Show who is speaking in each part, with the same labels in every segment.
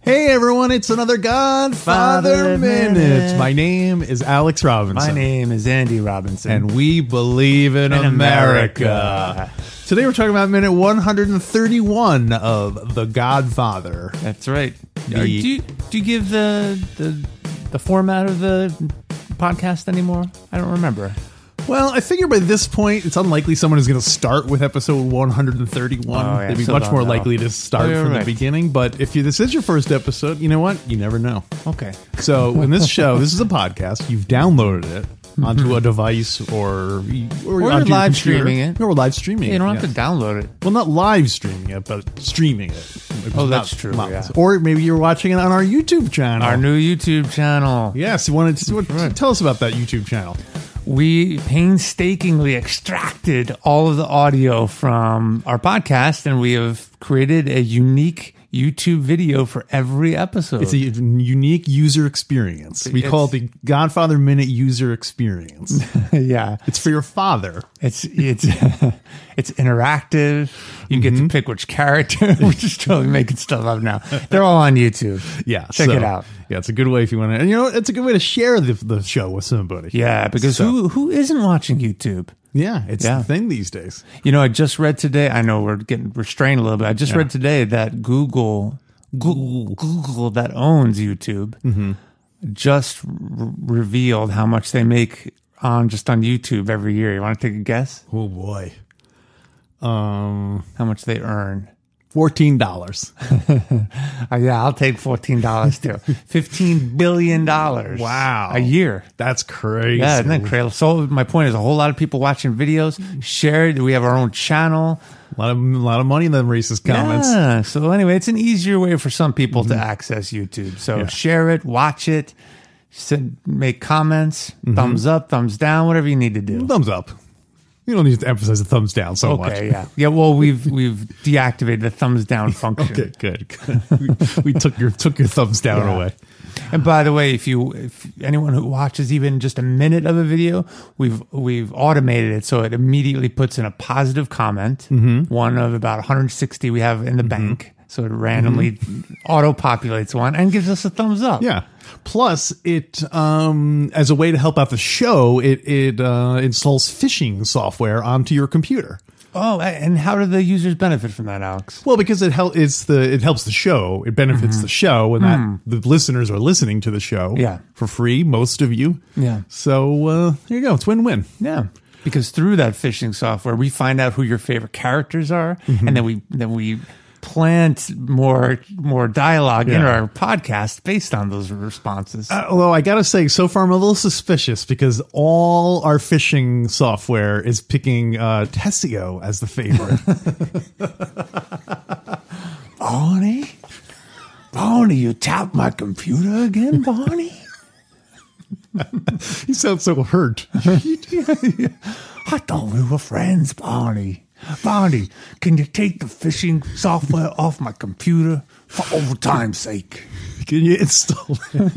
Speaker 1: Hey everyone, it's another Godfather
Speaker 2: Father
Speaker 1: Minute.
Speaker 2: Minute.
Speaker 1: My name is Alex Robinson.
Speaker 2: My name is Andy Robinson.
Speaker 1: And we believe in,
Speaker 2: In
Speaker 1: America.
Speaker 2: America.
Speaker 1: Today we're talking about minute 131 of The Godfather.
Speaker 2: that's right.
Speaker 1: The-
Speaker 2: Are- do, you, do you give the, the the format of the podcast anymore? I don't remember.
Speaker 1: Well, I figure by this point, it's unlikely someone is going to start with episode 131.
Speaker 2: Oh, yeah,
Speaker 1: They'd be
Speaker 2: so
Speaker 1: much
Speaker 2: don't
Speaker 1: more
Speaker 2: know.
Speaker 1: likely to start
Speaker 2: You're
Speaker 1: from the
Speaker 2: right.
Speaker 1: beginning. But if you, this is your first episode, you know what? You never know.
Speaker 2: Okay.
Speaker 1: So in this show, this is a podcast. You've downloaded it onto a device or or,
Speaker 2: Or
Speaker 1: onto your
Speaker 2: live
Speaker 1: computer.
Speaker 2: streaming it.
Speaker 1: Or we're live streaming.
Speaker 2: You
Speaker 1: it,
Speaker 2: don't have
Speaker 1: yeah.
Speaker 2: to download it.
Speaker 1: Well, not live streaming it, but streaming it. It was
Speaker 2: Oh, that's
Speaker 1: not-
Speaker 2: true,
Speaker 1: not-
Speaker 2: yeah.
Speaker 1: Or maybe you're watching it on our YouTube channel.
Speaker 2: Our new YouTube channel.
Speaker 1: yes. You wanted to, what,
Speaker 2: Right.
Speaker 1: tell us about that YouTube channel.
Speaker 2: We painstakingly extracted all of the audio from our podcast and we have created a unique YouTube video for every episode.
Speaker 1: It's a unique user experience. We call it the Godfather Minute user experience.
Speaker 2: yeah.
Speaker 1: it's for your father.
Speaker 2: It's it's it's interactive. You get
Speaker 1: Mm-hmm.
Speaker 2: to pick which character. We're just totally making stuff up now. They're all on YouTube.
Speaker 1: Yeah,
Speaker 2: check
Speaker 1: so-
Speaker 2: it out.
Speaker 1: Yeah, it's a good way if you want to. And you know, what? it's a good way to share the, the show with somebody.
Speaker 2: Yeah, because
Speaker 1: So-
Speaker 2: who who isn't watching YouTube?
Speaker 1: yeah, it's
Speaker 2: Yeah.
Speaker 1: the thing these days.
Speaker 2: You know, I just read today. I know we're getting restrained a little bit. I just read today that Google Google, Google that owns YouTube
Speaker 1: Mm-hmm.
Speaker 2: just r- revealed how much they make on just on YouTube every year. You want to take a guess
Speaker 1: Oh boy. Um,
Speaker 2: how much they earn?
Speaker 1: fourteen dollars.
Speaker 2: Uh, yeah, I'll take fourteen dollars too. Fifteen billion dollars.
Speaker 1: Wow.
Speaker 2: a year.
Speaker 1: That's crazy.
Speaker 2: Yeah, isn't that crazy? So my point is, a whole lot of people watching videos shared. We have our own channel.
Speaker 1: a lot of a lot of money in them racist comments. Mm-hmm.
Speaker 2: Yeah. So anyway, it's an easier way for some people to access YouTube. So share it, watch it, send, make comments,
Speaker 1: Mm-hmm.
Speaker 2: thumbs up, thumbs down, whatever you need to do.
Speaker 1: Thumbs up. You don't need to emphasize the thumbs down so much.
Speaker 2: Okay, yeah, yeah. Well, we've we've deactivated the thumbs down function.
Speaker 1: Good, good. good. we, we took your took your thumbs down
Speaker 2: Yeah.
Speaker 1: away.
Speaker 2: And by the way, if you if anyone who watches even just a minute of a video, we've we've automated it so it immediately puts in a positive comment,
Speaker 1: Mm-hmm.
Speaker 2: one of about 160 we have in the bank. So it randomly auto populates one and gives us a thumbs up.
Speaker 1: Mm-hmm. Yeah. Plus, it um, as a way to help out the show, it it uh, installs phishing software onto your computer.
Speaker 2: Oh, a- and how do the users benefit from that, Alex?
Speaker 1: Well, because it help it's the it helps the show. It benefits the show, and that the listeners are listening to the show.
Speaker 2: Mm-hmm. Mm. Yeah.
Speaker 1: for free, most of you.
Speaker 2: Yeah.
Speaker 1: So uh, there you go. It's win win.
Speaker 2: Yeah. Because through that phishing software, we find out who your favorite characters are,
Speaker 1: Mm-hmm.
Speaker 2: and then we then we plant more more dialogue in
Speaker 1: Yeah.
Speaker 2: our podcast based on those responses.
Speaker 1: Uh, Although I gotta say, so far I'm a little suspicious because all our phishing software is picking uh, Tessio as the favorite.
Speaker 2: Barney? Barney, you tapped my computer again, Barney?
Speaker 1: he sounds so hurt.
Speaker 2: I thought we were friends, Barney. Barney, can you take the phishing software off my computer for overtime's sake?
Speaker 1: Can you install Can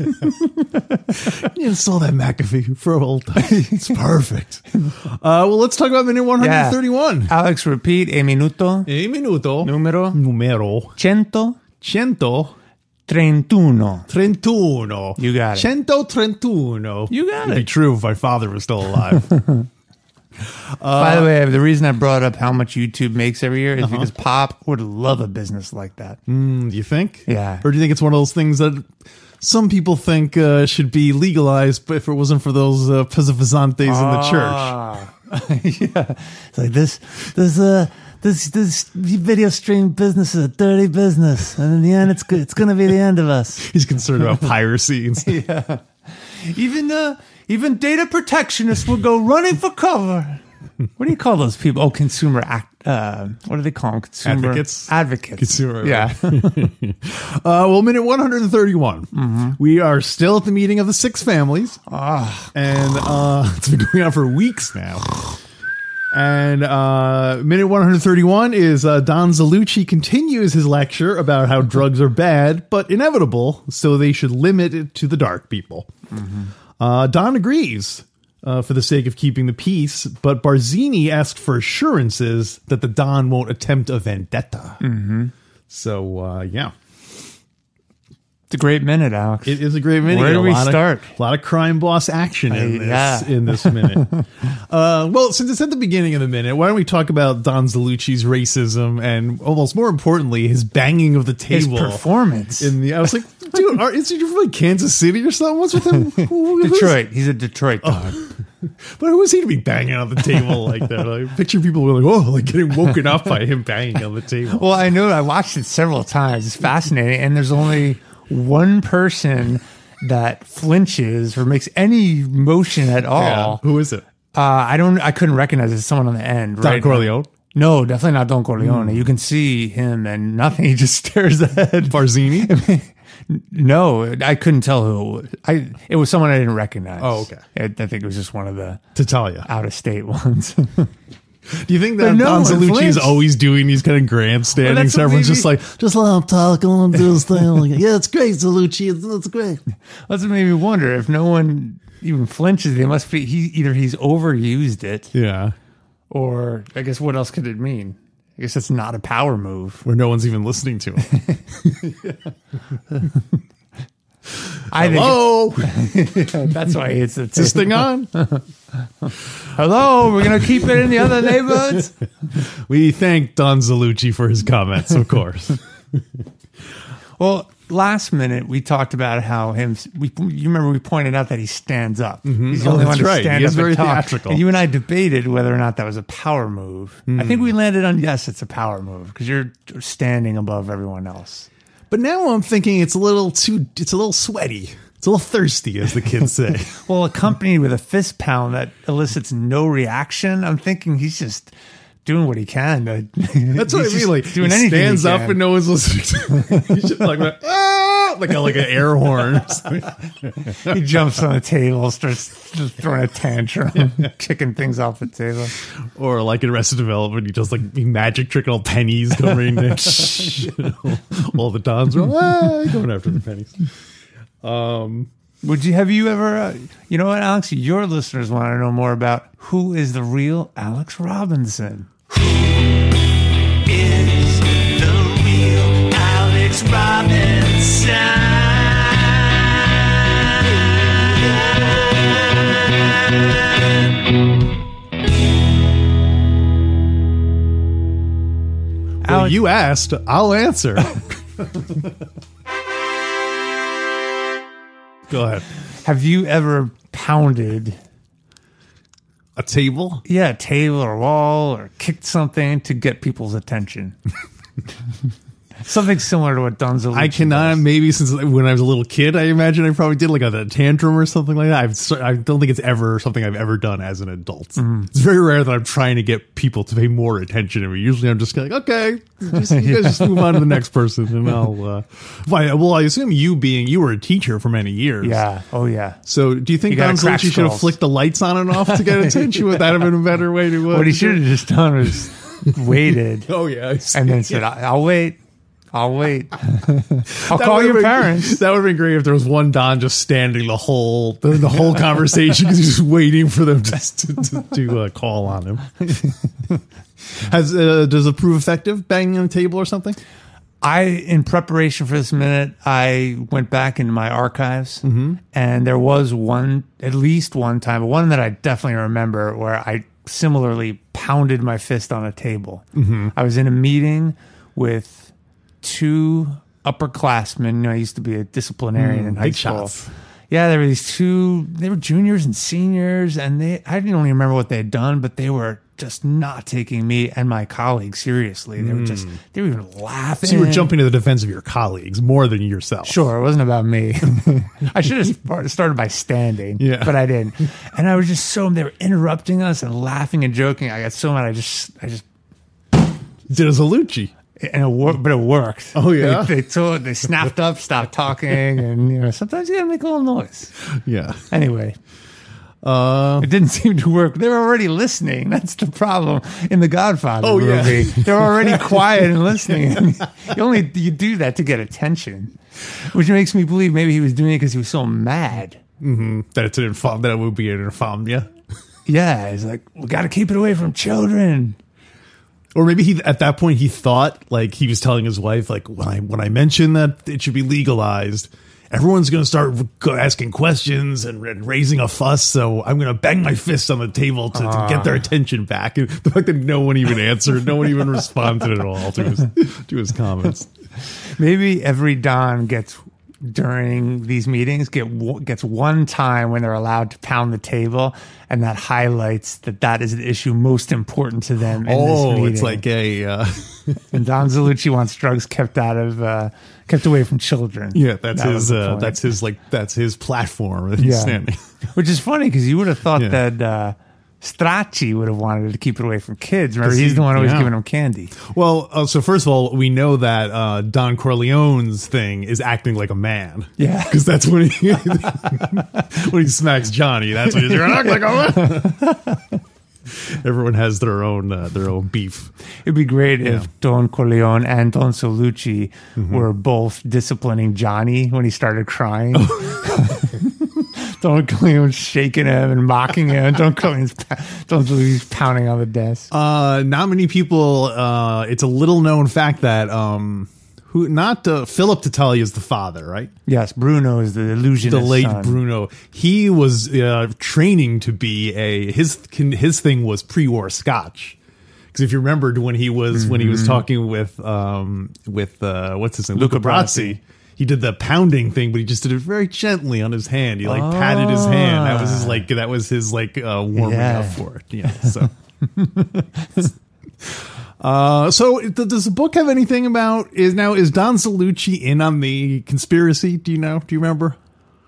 Speaker 1: you install that McAfee for old time? It's perfect. Uh, well, let's talk about minute 131.
Speaker 2: Alex, repeat. E minuto.
Speaker 1: E minuto.
Speaker 2: Numero.
Speaker 1: Numero.
Speaker 2: Cento.
Speaker 1: Cento.
Speaker 2: Trentuno.
Speaker 1: Trentuno.
Speaker 2: You got it.
Speaker 1: Cento trentuno.
Speaker 2: You got
Speaker 1: It'd be
Speaker 2: it.
Speaker 1: true if my father was still alive.
Speaker 2: By the way, the reason I brought up how much YouTube makes every year is because Pop would love a business like that.
Speaker 1: Mm, Do you think?
Speaker 2: Yeah.
Speaker 1: Or do you think it's one of those things that some people think uh, should be legalized, but if it wasn't for those uh, pizzafazzantes in the church?
Speaker 2: Ah. yeah. It's like this this uh this this video stream business is a dirty business and in the end it's go- it's going to be the end of us.
Speaker 1: He's concerned about piracy. And stuff.
Speaker 2: Even uh even data protectionists will go running for cover. What do you call those people? Oh, consumer act. Uh, what do they call them? Consumer
Speaker 1: Advocates?
Speaker 2: Advocates.
Speaker 1: Consumer-
Speaker 2: Yeah.
Speaker 1: Uh, well, minute 131. We are still at the meeting of the six families. And uh, it's been going on for weeks now. And uh, minute 131 is uh, Don Zalucci continues his lecture about how drugs are bad but inevitable, so they should limit it to the dark people. Uh, Don agrees uh, for the sake of keeping the peace, but Barzini asks for assurances that the Don won't attempt a vendetta. So, uh, yeah.
Speaker 2: It's a great minute, Alex.
Speaker 1: It is a great minute.
Speaker 2: Where do
Speaker 1: A
Speaker 2: we
Speaker 1: lot of-
Speaker 2: start?
Speaker 1: A lot of crime boss action in
Speaker 2: Uh,
Speaker 1: this
Speaker 2: yeah.
Speaker 1: in this minute. uh, well, since it's at the beginning of the minute, why don't we talk about Don Zalucci's racism and almost more importantly, his banging of the
Speaker 2: His
Speaker 1: table
Speaker 2: performance.
Speaker 1: in the. I was like, dude, are, is he from like Kansas City or something? What's with him? Who- who's-
Speaker 2: Detroit. He's a Detroit dog.
Speaker 1: but who is he to be banging on the table like that? Like, picture people were like, oh, like getting woken up by him banging on the table.
Speaker 2: Well, I know I watched it several times. It's fascinating, and there's only one person that flinches or makes any motion at all.
Speaker 1: who is it?
Speaker 2: Uh, I don't. I couldn't recognize it. It's Someone on the end.
Speaker 1: Don
Speaker 2: right?
Speaker 1: Corleone, Hmm.
Speaker 2: No, definitely not Don Corleone. You can see him and nothing. He just stares ahead.
Speaker 1: Barzini.
Speaker 2: No, I couldn't tell who. It was. I it was someone I didn't recognize.
Speaker 1: Oh, okay.
Speaker 2: I, I think it was just one of the
Speaker 1: Tatalia.
Speaker 2: out of state ones.
Speaker 1: Do you think that
Speaker 2: no
Speaker 1: Don
Speaker 2: one
Speaker 1: Zalucci is
Speaker 2: flinched.
Speaker 1: always doing these kind of grandstandings?
Speaker 2: Well, that's what
Speaker 1: Everyone's
Speaker 2: made
Speaker 1: just
Speaker 2: me-
Speaker 1: like, just let him talk, let him do his thing. Like, yeah, it's great, Zalucci. It's, it's great.
Speaker 2: That's what made me wonder if no one even flinches. They must be he either he's overused it
Speaker 1: Yeah,
Speaker 2: Or I guess what else could it mean? I guess that's not a power move.
Speaker 1: where no one's even listening to him.
Speaker 2: I
Speaker 1: Hello,
Speaker 2: think that's why it's the
Speaker 1: this thing on.
Speaker 2: Hello, we're gonna keep it in the other neighborhoods.
Speaker 1: We thank Don Zalucci for his comments, of course.
Speaker 2: Well, last minute we talked about how him. We you remember we pointed out that he stands up. He's the
Speaker 1: Oh,
Speaker 2: only
Speaker 1: that's
Speaker 2: one to
Speaker 1: right.
Speaker 2: stand
Speaker 1: He
Speaker 2: up
Speaker 1: is very
Speaker 2: and talk.
Speaker 1: theatrical.
Speaker 2: And you and I debated whether or not that was a power move. I think we landed on yes, it's a power move because you're standing above everyone else.
Speaker 1: but now I'm thinking it's a little too. It's a little sweaty. It's a little thirsty, as the kids say.
Speaker 2: Well, accompanied with a fist pound that elicits no reaction, I'm thinking he's just doing what he can. Uh,
Speaker 1: That's what I mean. Like
Speaker 2: doing
Speaker 1: he
Speaker 2: anything he
Speaker 1: stands up
Speaker 2: can.
Speaker 1: and no one's listening. to him. He's just like, "Ah," like a, like an air horn. or something.
Speaker 2: he jumps on the table, starts just throwing a tantrum, kicking things off the table.
Speaker 1: Or like in Arrested Development, he does like magic trick and all pennies come raining down. all the dons are ah, going after the pennies.
Speaker 2: Would you have you ever? Uh, you know what, Alex? Your listeners want to know more about who is the real Alex Robinson.
Speaker 3: is the real Alex Robinson.
Speaker 1: Well,
Speaker 2: Alex-
Speaker 1: you asked, I'll answer. Go ahead.
Speaker 2: Have you ever pounded?
Speaker 1: A table?
Speaker 2: Yeah, a table or wall or kicked something to get people's attention. something similar to what Don Zalucci
Speaker 1: I cannot.
Speaker 2: does.
Speaker 1: Maybe since when I was a little kid, I imagine I probably did like a, tantrum or something like that. I've, cer- I don't think it's ever something I've ever done as an adult.
Speaker 2: Mm-hmm.
Speaker 1: It's very rare that I'm trying to get people to pay more attention to me. Usually, I'm just like, okay, just, you guys just move on to the next person, and I'll. Uh, why- well, I assume you being you were a teacher for many years.
Speaker 2: Yeah. Oh yeah.
Speaker 1: So, do you think
Speaker 2: You gotta
Speaker 1: Don
Speaker 2: crack
Speaker 1: Zalucci should have
Speaker 2: skulls.
Speaker 1: flicked the lights on and off to get attention? Would that have been a better way to? Uh,
Speaker 2: What he
Speaker 1: to do
Speaker 2: should have just done was waited
Speaker 1: it? Oh yeah, I see.
Speaker 2: and then said, I- "I'll wait. I'll wait. I'll
Speaker 1: That
Speaker 2: call
Speaker 1: would've
Speaker 2: your
Speaker 1: been-
Speaker 2: parents."
Speaker 1: That would have been great if there was one Don just standing the whole the, the whole conversation because he's just waiting for them just to, to, to uh, call on him. Has uh, does the prove effective banging on the table or something?
Speaker 2: I, in preparation for this minute, I went back into my archives, and there was one, at least one time, one that I definitely remember where I similarly pounded my fist on a table. I was in a meeting with two upperclassmen. You know, I used to be a disciplinarian in high
Speaker 1: big
Speaker 2: school.
Speaker 1: shots.
Speaker 2: Yeah, there were these two. They were juniors and seniors, and they I didn't really remember what they had done, but they were just not taking me and my colleagues seriously. They were just they were even laughing.
Speaker 1: Hmm. So you were jumping to the defense of your colleagues more than yourself.
Speaker 2: Eh. Sure, it wasn't about me. I should have sp- started by standing,
Speaker 1: Yeah.
Speaker 2: but I didn't. And I was just so they were interrupting us and laughing and joking. I got so mad. I just I just
Speaker 1: Did a Zalucci.
Speaker 2: and it worked, but it worked.
Speaker 1: Oh, yeah?
Speaker 2: they, they told they snapped up, stopped talking, and you know sometimes you gotta make a little noise.
Speaker 1: Yeah.
Speaker 2: Anyway,
Speaker 1: Uh,
Speaker 2: It didn't seem to work. They're already listening. That's the problem in the Godfather
Speaker 1: Oh, yeah.
Speaker 2: movie. They're already quiet and listening. you only you do that to get attention, which makes me believe maybe he was doing it because he was so mad.
Speaker 1: that it's an infam. That it would be an infamia.
Speaker 2: Yeah, he's like, we got to keep it away from children.
Speaker 1: Or maybe he at that point he thought like he was telling his wife like when I when I mention that it should be legalized, everyone's going to start go- asking questions and ra- raising a fuss. So I'm going to bang my fist on the table to, to get their
Speaker 2: Ah.
Speaker 1: attention back. And the fact that no one even answered, no one even responded at all to his to his comments.
Speaker 2: Maybe every Don gets during these meetings get wo- gets one time when they're allowed to pound the table, and that highlights that that is the issue most important to them. In this
Speaker 1: Oh,
Speaker 2: meeting.
Speaker 1: it's like a uh,
Speaker 2: and Don Zalucci wants drugs kept out of uh, kept away from children.
Speaker 1: yeah. That's
Speaker 2: That was
Speaker 1: his
Speaker 2: the
Speaker 1: uh,
Speaker 2: point.
Speaker 1: that's his like that's his platform. that he's
Speaker 2: Yeah.
Speaker 1: standing.
Speaker 2: which is funny because you would have thought
Speaker 1: Yeah.
Speaker 2: that. Uh, Stracci would have wanted to keep it away from kids. Remember,
Speaker 1: 'Cause
Speaker 2: he's
Speaker 1: he-
Speaker 2: the one always
Speaker 1: yeah.
Speaker 2: giving them candy.
Speaker 1: Well, uh, so first of all, we know that uh, Don Corleone's thing is acting like a man.
Speaker 2: Yeah.
Speaker 1: because that's when he when he smacks Johnny. That's when he's going to act like a man. Everyone has their own uh, their own beef.
Speaker 2: It'd be great if Don Corleone and Don Solucci
Speaker 1: Mm-hmm.
Speaker 2: were both disciplining Johnny when he started crying. Don Corleone's shaking him and mocking him. Don Corleone's pa- Don Solucci's pounding on the desk.
Speaker 1: Uh, not many people. Uh, it's a little known fact that um, who not uh, Philip Tatali is the father, right?
Speaker 2: Yes, Bruno is the illusionist.
Speaker 1: the late
Speaker 2: son.
Speaker 1: Bruno. He was uh, training to be a his his thing was pre-war Scotch. Because if you remembered when he was when he was talking with um with uh what's his name
Speaker 2: Mm-hmm. Luca Brasi.
Speaker 1: Brasi, he did the pounding thing, but he just did it very gently on his hand. He like patted his hand. That was his like that was his like uh, warming
Speaker 2: Ah. Yeah.
Speaker 1: up for it. Yeah. So. Uh, so th- does the book have anything about is now is Don Salucci in on the conspiracy? Do you know? Do you remember?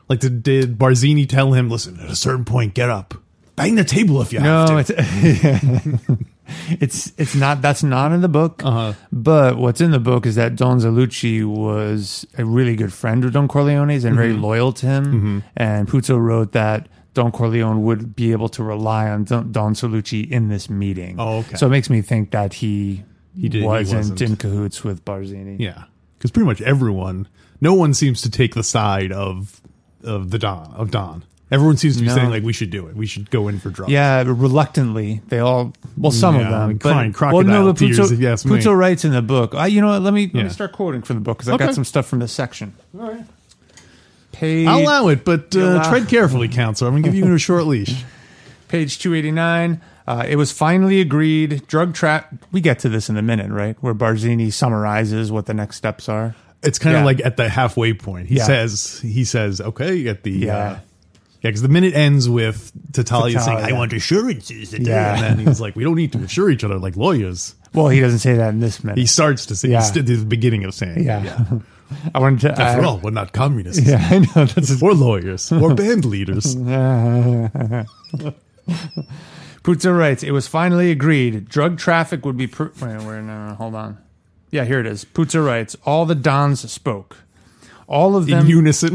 Speaker 1: Like did, did Barzini tell him, listen, at a certain point, get up. Bang the table if you have to.
Speaker 2: No, it's it's it's not. That's not in the book.
Speaker 1: Uh-huh.
Speaker 2: But what's in the book is that Don Zalucci was a really good friend of Don Corleone's and
Speaker 1: Mm-hmm.
Speaker 2: very loyal to him. And Puzo wrote that Don Corleone would be able to rely on Don, Don Zalucci in this meeting.
Speaker 1: Oh, okay.
Speaker 2: So it makes me think that he he,
Speaker 1: did- he
Speaker 2: wasn't,
Speaker 1: wasn't.
Speaker 2: in cahoots with Barzini.
Speaker 1: Yeah. Because pretty much everyone no one seems to take the side of of the Don of Don. Everyone seems to be
Speaker 2: No.
Speaker 1: saying like we should do it. We should go in for drugs.
Speaker 2: Yeah, reluctantly they all. Well, some
Speaker 1: Yeah,
Speaker 2: of them.
Speaker 1: like
Speaker 2: but,
Speaker 1: crying crocodile
Speaker 2: well, no, but
Speaker 1: tears,
Speaker 2: Puzo,
Speaker 1: if you ask me.
Speaker 2: Puzo writes in the book. I, you know what? Let me let
Speaker 1: Yeah.
Speaker 2: me start quoting from the book because I
Speaker 1: Okay.
Speaker 2: got some stuff from this section. Page
Speaker 1: I'll allow it, but
Speaker 2: You
Speaker 1: uh,
Speaker 2: allow-
Speaker 1: tread carefully, counselor. I'm gonna give you a short leash.
Speaker 2: page two eighty nine. Uh, it was finally agreed. Drug trap. We get to this in a minute, right? Where Barzini summarizes what the next steps are.
Speaker 1: It's kind
Speaker 2: Yeah.
Speaker 1: of like at the halfway point. He
Speaker 2: Yeah.
Speaker 1: says, he says, okay, at the yeah,
Speaker 2: Yeah.
Speaker 1: uh, yeah, because the minute ends with Tatalia
Speaker 2: Tattaglia.
Speaker 1: saying, "I want assurances," today.
Speaker 2: Yeah.
Speaker 1: and then he's like, "We don't need to assure each other like lawyers."
Speaker 2: Well, he doesn't say that in this minute.
Speaker 1: He starts to say,
Speaker 2: Yeah.
Speaker 1: he's at the beginning of saying,
Speaker 2: yeah. I wanted to.
Speaker 1: After
Speaker 2: I-
Speaker 1: all, we're not communists.
Speaker 2: Yeah, I know. That's
Speaker 1: Or lawyers, or band leaders.
Speaker 2: Puzo writes, it was finally agreed drug traffic would be. Pr- Wait, where, no, no, hold on. Yeah, here it is. Puzo writes, all the Dons spoke. All of
Speaker 1: In
Speaker 2: them.
Speaker 1: unison,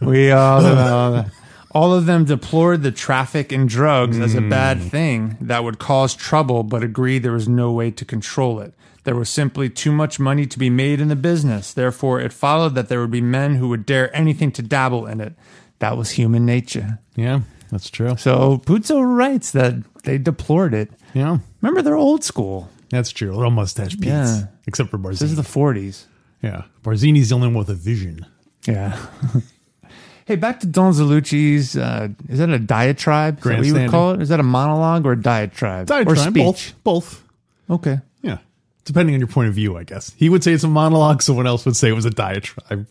Speaker 2: we all. All of them deplored the traffic in drugs as a bad thing that would cause trouble, but agreed there was no way to control it. There was simply too much money to be made in the business. Therefore, it followed that there would be men who would dare anything to dabble in it. That was human nature.
Speaker 1: yeah, that's true.
Speaker 2: So Puzo writes that they deplored it.
Speaker 1: Yeah,
Speaker 2: Remember, they're old school.
Speaker 1: that's true. Little mustache Pete's,
Speaker 2: Yeah.
Speaker 1: except for
Speaker 2: This
Speaker 1: Barzini.
Speaker 2: is the 40s.
Speaker 1: yeah, Barzini's the only one with a vision.
Speaker 2: Yeah. hey, back to Don Zalucci's. Uh, is that a diatribe? Is that what you would
Speaker 1: Grandstanding.
Speaker 2: call it? Is that a monologue or a diatribe? Or
Speaker 1: Diatribe,
Speaker 2: speech?
Speaker 1: both, both.
Speaker 2: Okay.
Speaker 1: Yeah. Depending on your point of view, I guess. He would say it's a monologue, someone else would say it was a diatribe.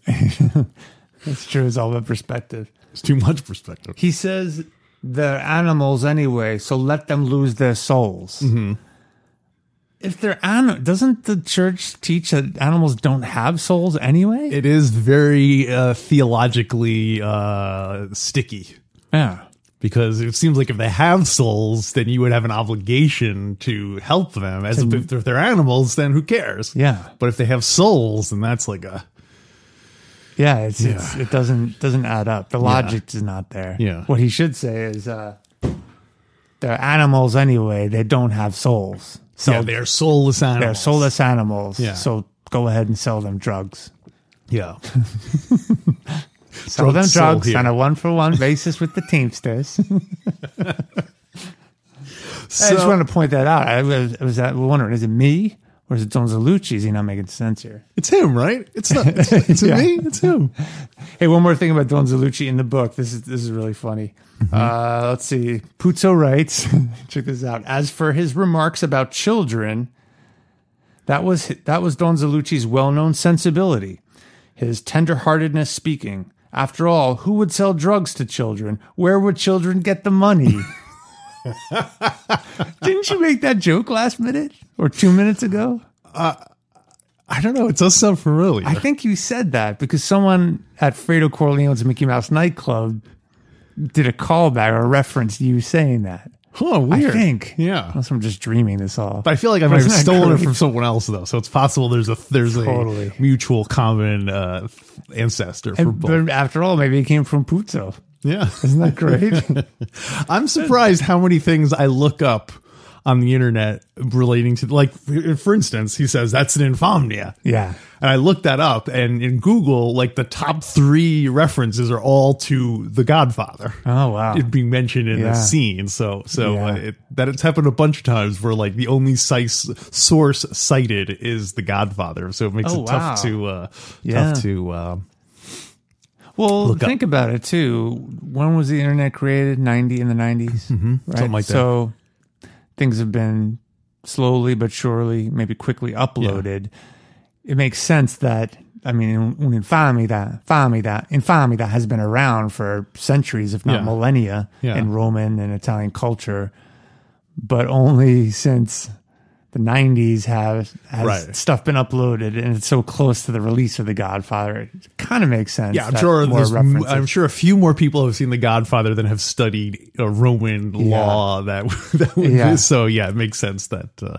Speaker 2: That's true. It's all about perspective.
Speaker 1: It's too much perspective.
Speaker 2: He says they're animals anyway, so let them lose their souls. If they're animals, doesn't the church teach that animals don't have souls anyway?
Speaker 1: It is very uh, theologically uh, sticky
Speaker 2: yeah.
Speaker 1: because it seems like if they have souls, then you would have an obligation to help them. As if they're- if they're animals, then who cares?
Speaker 2: Yeah.
Speaker 1: But if they have souls, then that's like a
Speaker 2: Yeah, it's, it's it doesn't doesn't add up. The logic is not there.
Speaker 1: Yeah.
Speaker 2: What he should say is uh they're animals anyway. They don't have souls. So
Speaker 1: yeah, they're soulless animals.
Speaker 2: they're soulless animals.
Speaker 1: Yeah.
Speaker 2: So go ahead and sell them drugs.
Speaker 1: Yeah.
Speaker 2: Sell them
Speaker 1: Drugs sold
Speaker 2: drugs
Speaker 1: here.
Speaker 2: on a one for one basis with the Teamsters. I just
Speaker 1: So-
Speaker 2: want to point that out. I was, I was wondering, is it me or is it Don Zalucci? Is he not making sense here?
Speaker 1: It's him, right? It's not. It's, it's
Speaker 2: Yeah.
Speaker 1: me. It's him.
Speaker 2: Hey, one more thing about Don Zalucci in the book. This is this is really funny.
Speaker 1: Mm-hmm.
Speaker 2: Uh, let's see. Puzo writes, check this out. As for his remarks about children, that was that was Don Zalucci's well-known sensibility, his tender-heartedness speaking. After all, who would sell drugs to children? Where would children get the money? Didn't you make that joke last minute or two minutes ago?
Speaker 1: I don't know. It does sound familiar.
Speaker 2: I think you said that because someone at Fredo Corleone's Mickey Mouse nightclub did a callback or referenced you saying that.
Speaker 1: huh? Weird.
Speaker 2: I think.
Speaker 1: Yeah.
Speaker 2: Unless I'm just dreaming this all.
Speaker 1: But I feel like I might have
Speaker 2: Wasn't that
Speaker 1: stolen it
Speaker 2: great?
Speaker 1: from someone else though, so it's possible there's a there's
Speaker 2: Totally.
Speaker 1: a mutual common uh, ancestor for
Speaker 2: And-
Speaker 1: both.
Speaker 2: but after all, maybe it came from Puzo.
Speaker 1: yeah,
Speaker 2: Isn't that great?
Speaker 1: I'm surprised how many things I look up on the internet relating to like for instance, he says that's an infomnia.
Speaker 2: yeah.
Speaker 1: And I looked that up and in Google, like the top three references are all to The Godfather.
Speaker 2: Oh, wow.
Speaker 1: It being mentioned in
Speaker 2: Yeah.
Speaker 1: the scene. So so
Speaker 2: Yeah.
Speaker 1: uh, it, that it's happened a bunch of times where like the only size, source cited is The Godfather. So it makes
Speaker 2: Oh,
Speaker 1: it
Speaker 2: wow.
Speaker 1: tough to uh
Speaker 2: Yeah.
Speaker 1: tough to uh,
Speaker 2: Well,
Speaker 1: up.
Speaker 2: think about it too. When was the internet created? 90 in the 90s. Mm-hmm. Right?
Speaker 1: Something like that.
Speaker 2: So things have been slowly but surely, maybe quickly uploaded. It makes sense that, I mean, un infamida, famida, infamida has been around for centuries, if not
Speaker 1: Yeah.
Speaker 2: millennia,
Speaker 1: Yeah.
Speaker 2: in Roman and Italian culture, but only since. The '90s have has
Speaker 1: Right.
Speaker 2: stuff been uploaded, and it's so close to the release of The Godfather. It kind of makes sense.
Speaker 1: Yeah, I'm
Speaker 2: that
Speaker 1: sure.
Speaker 2: more
Speaker 1: There's, m-
Speaker 2: references.
Speaker 1: I'm sure a few more people have seen The Godfather than have studied uh, Roman law. That that would
Speaker 2: Yeah.
Speaker 1: so yeah, it makes sense that uh,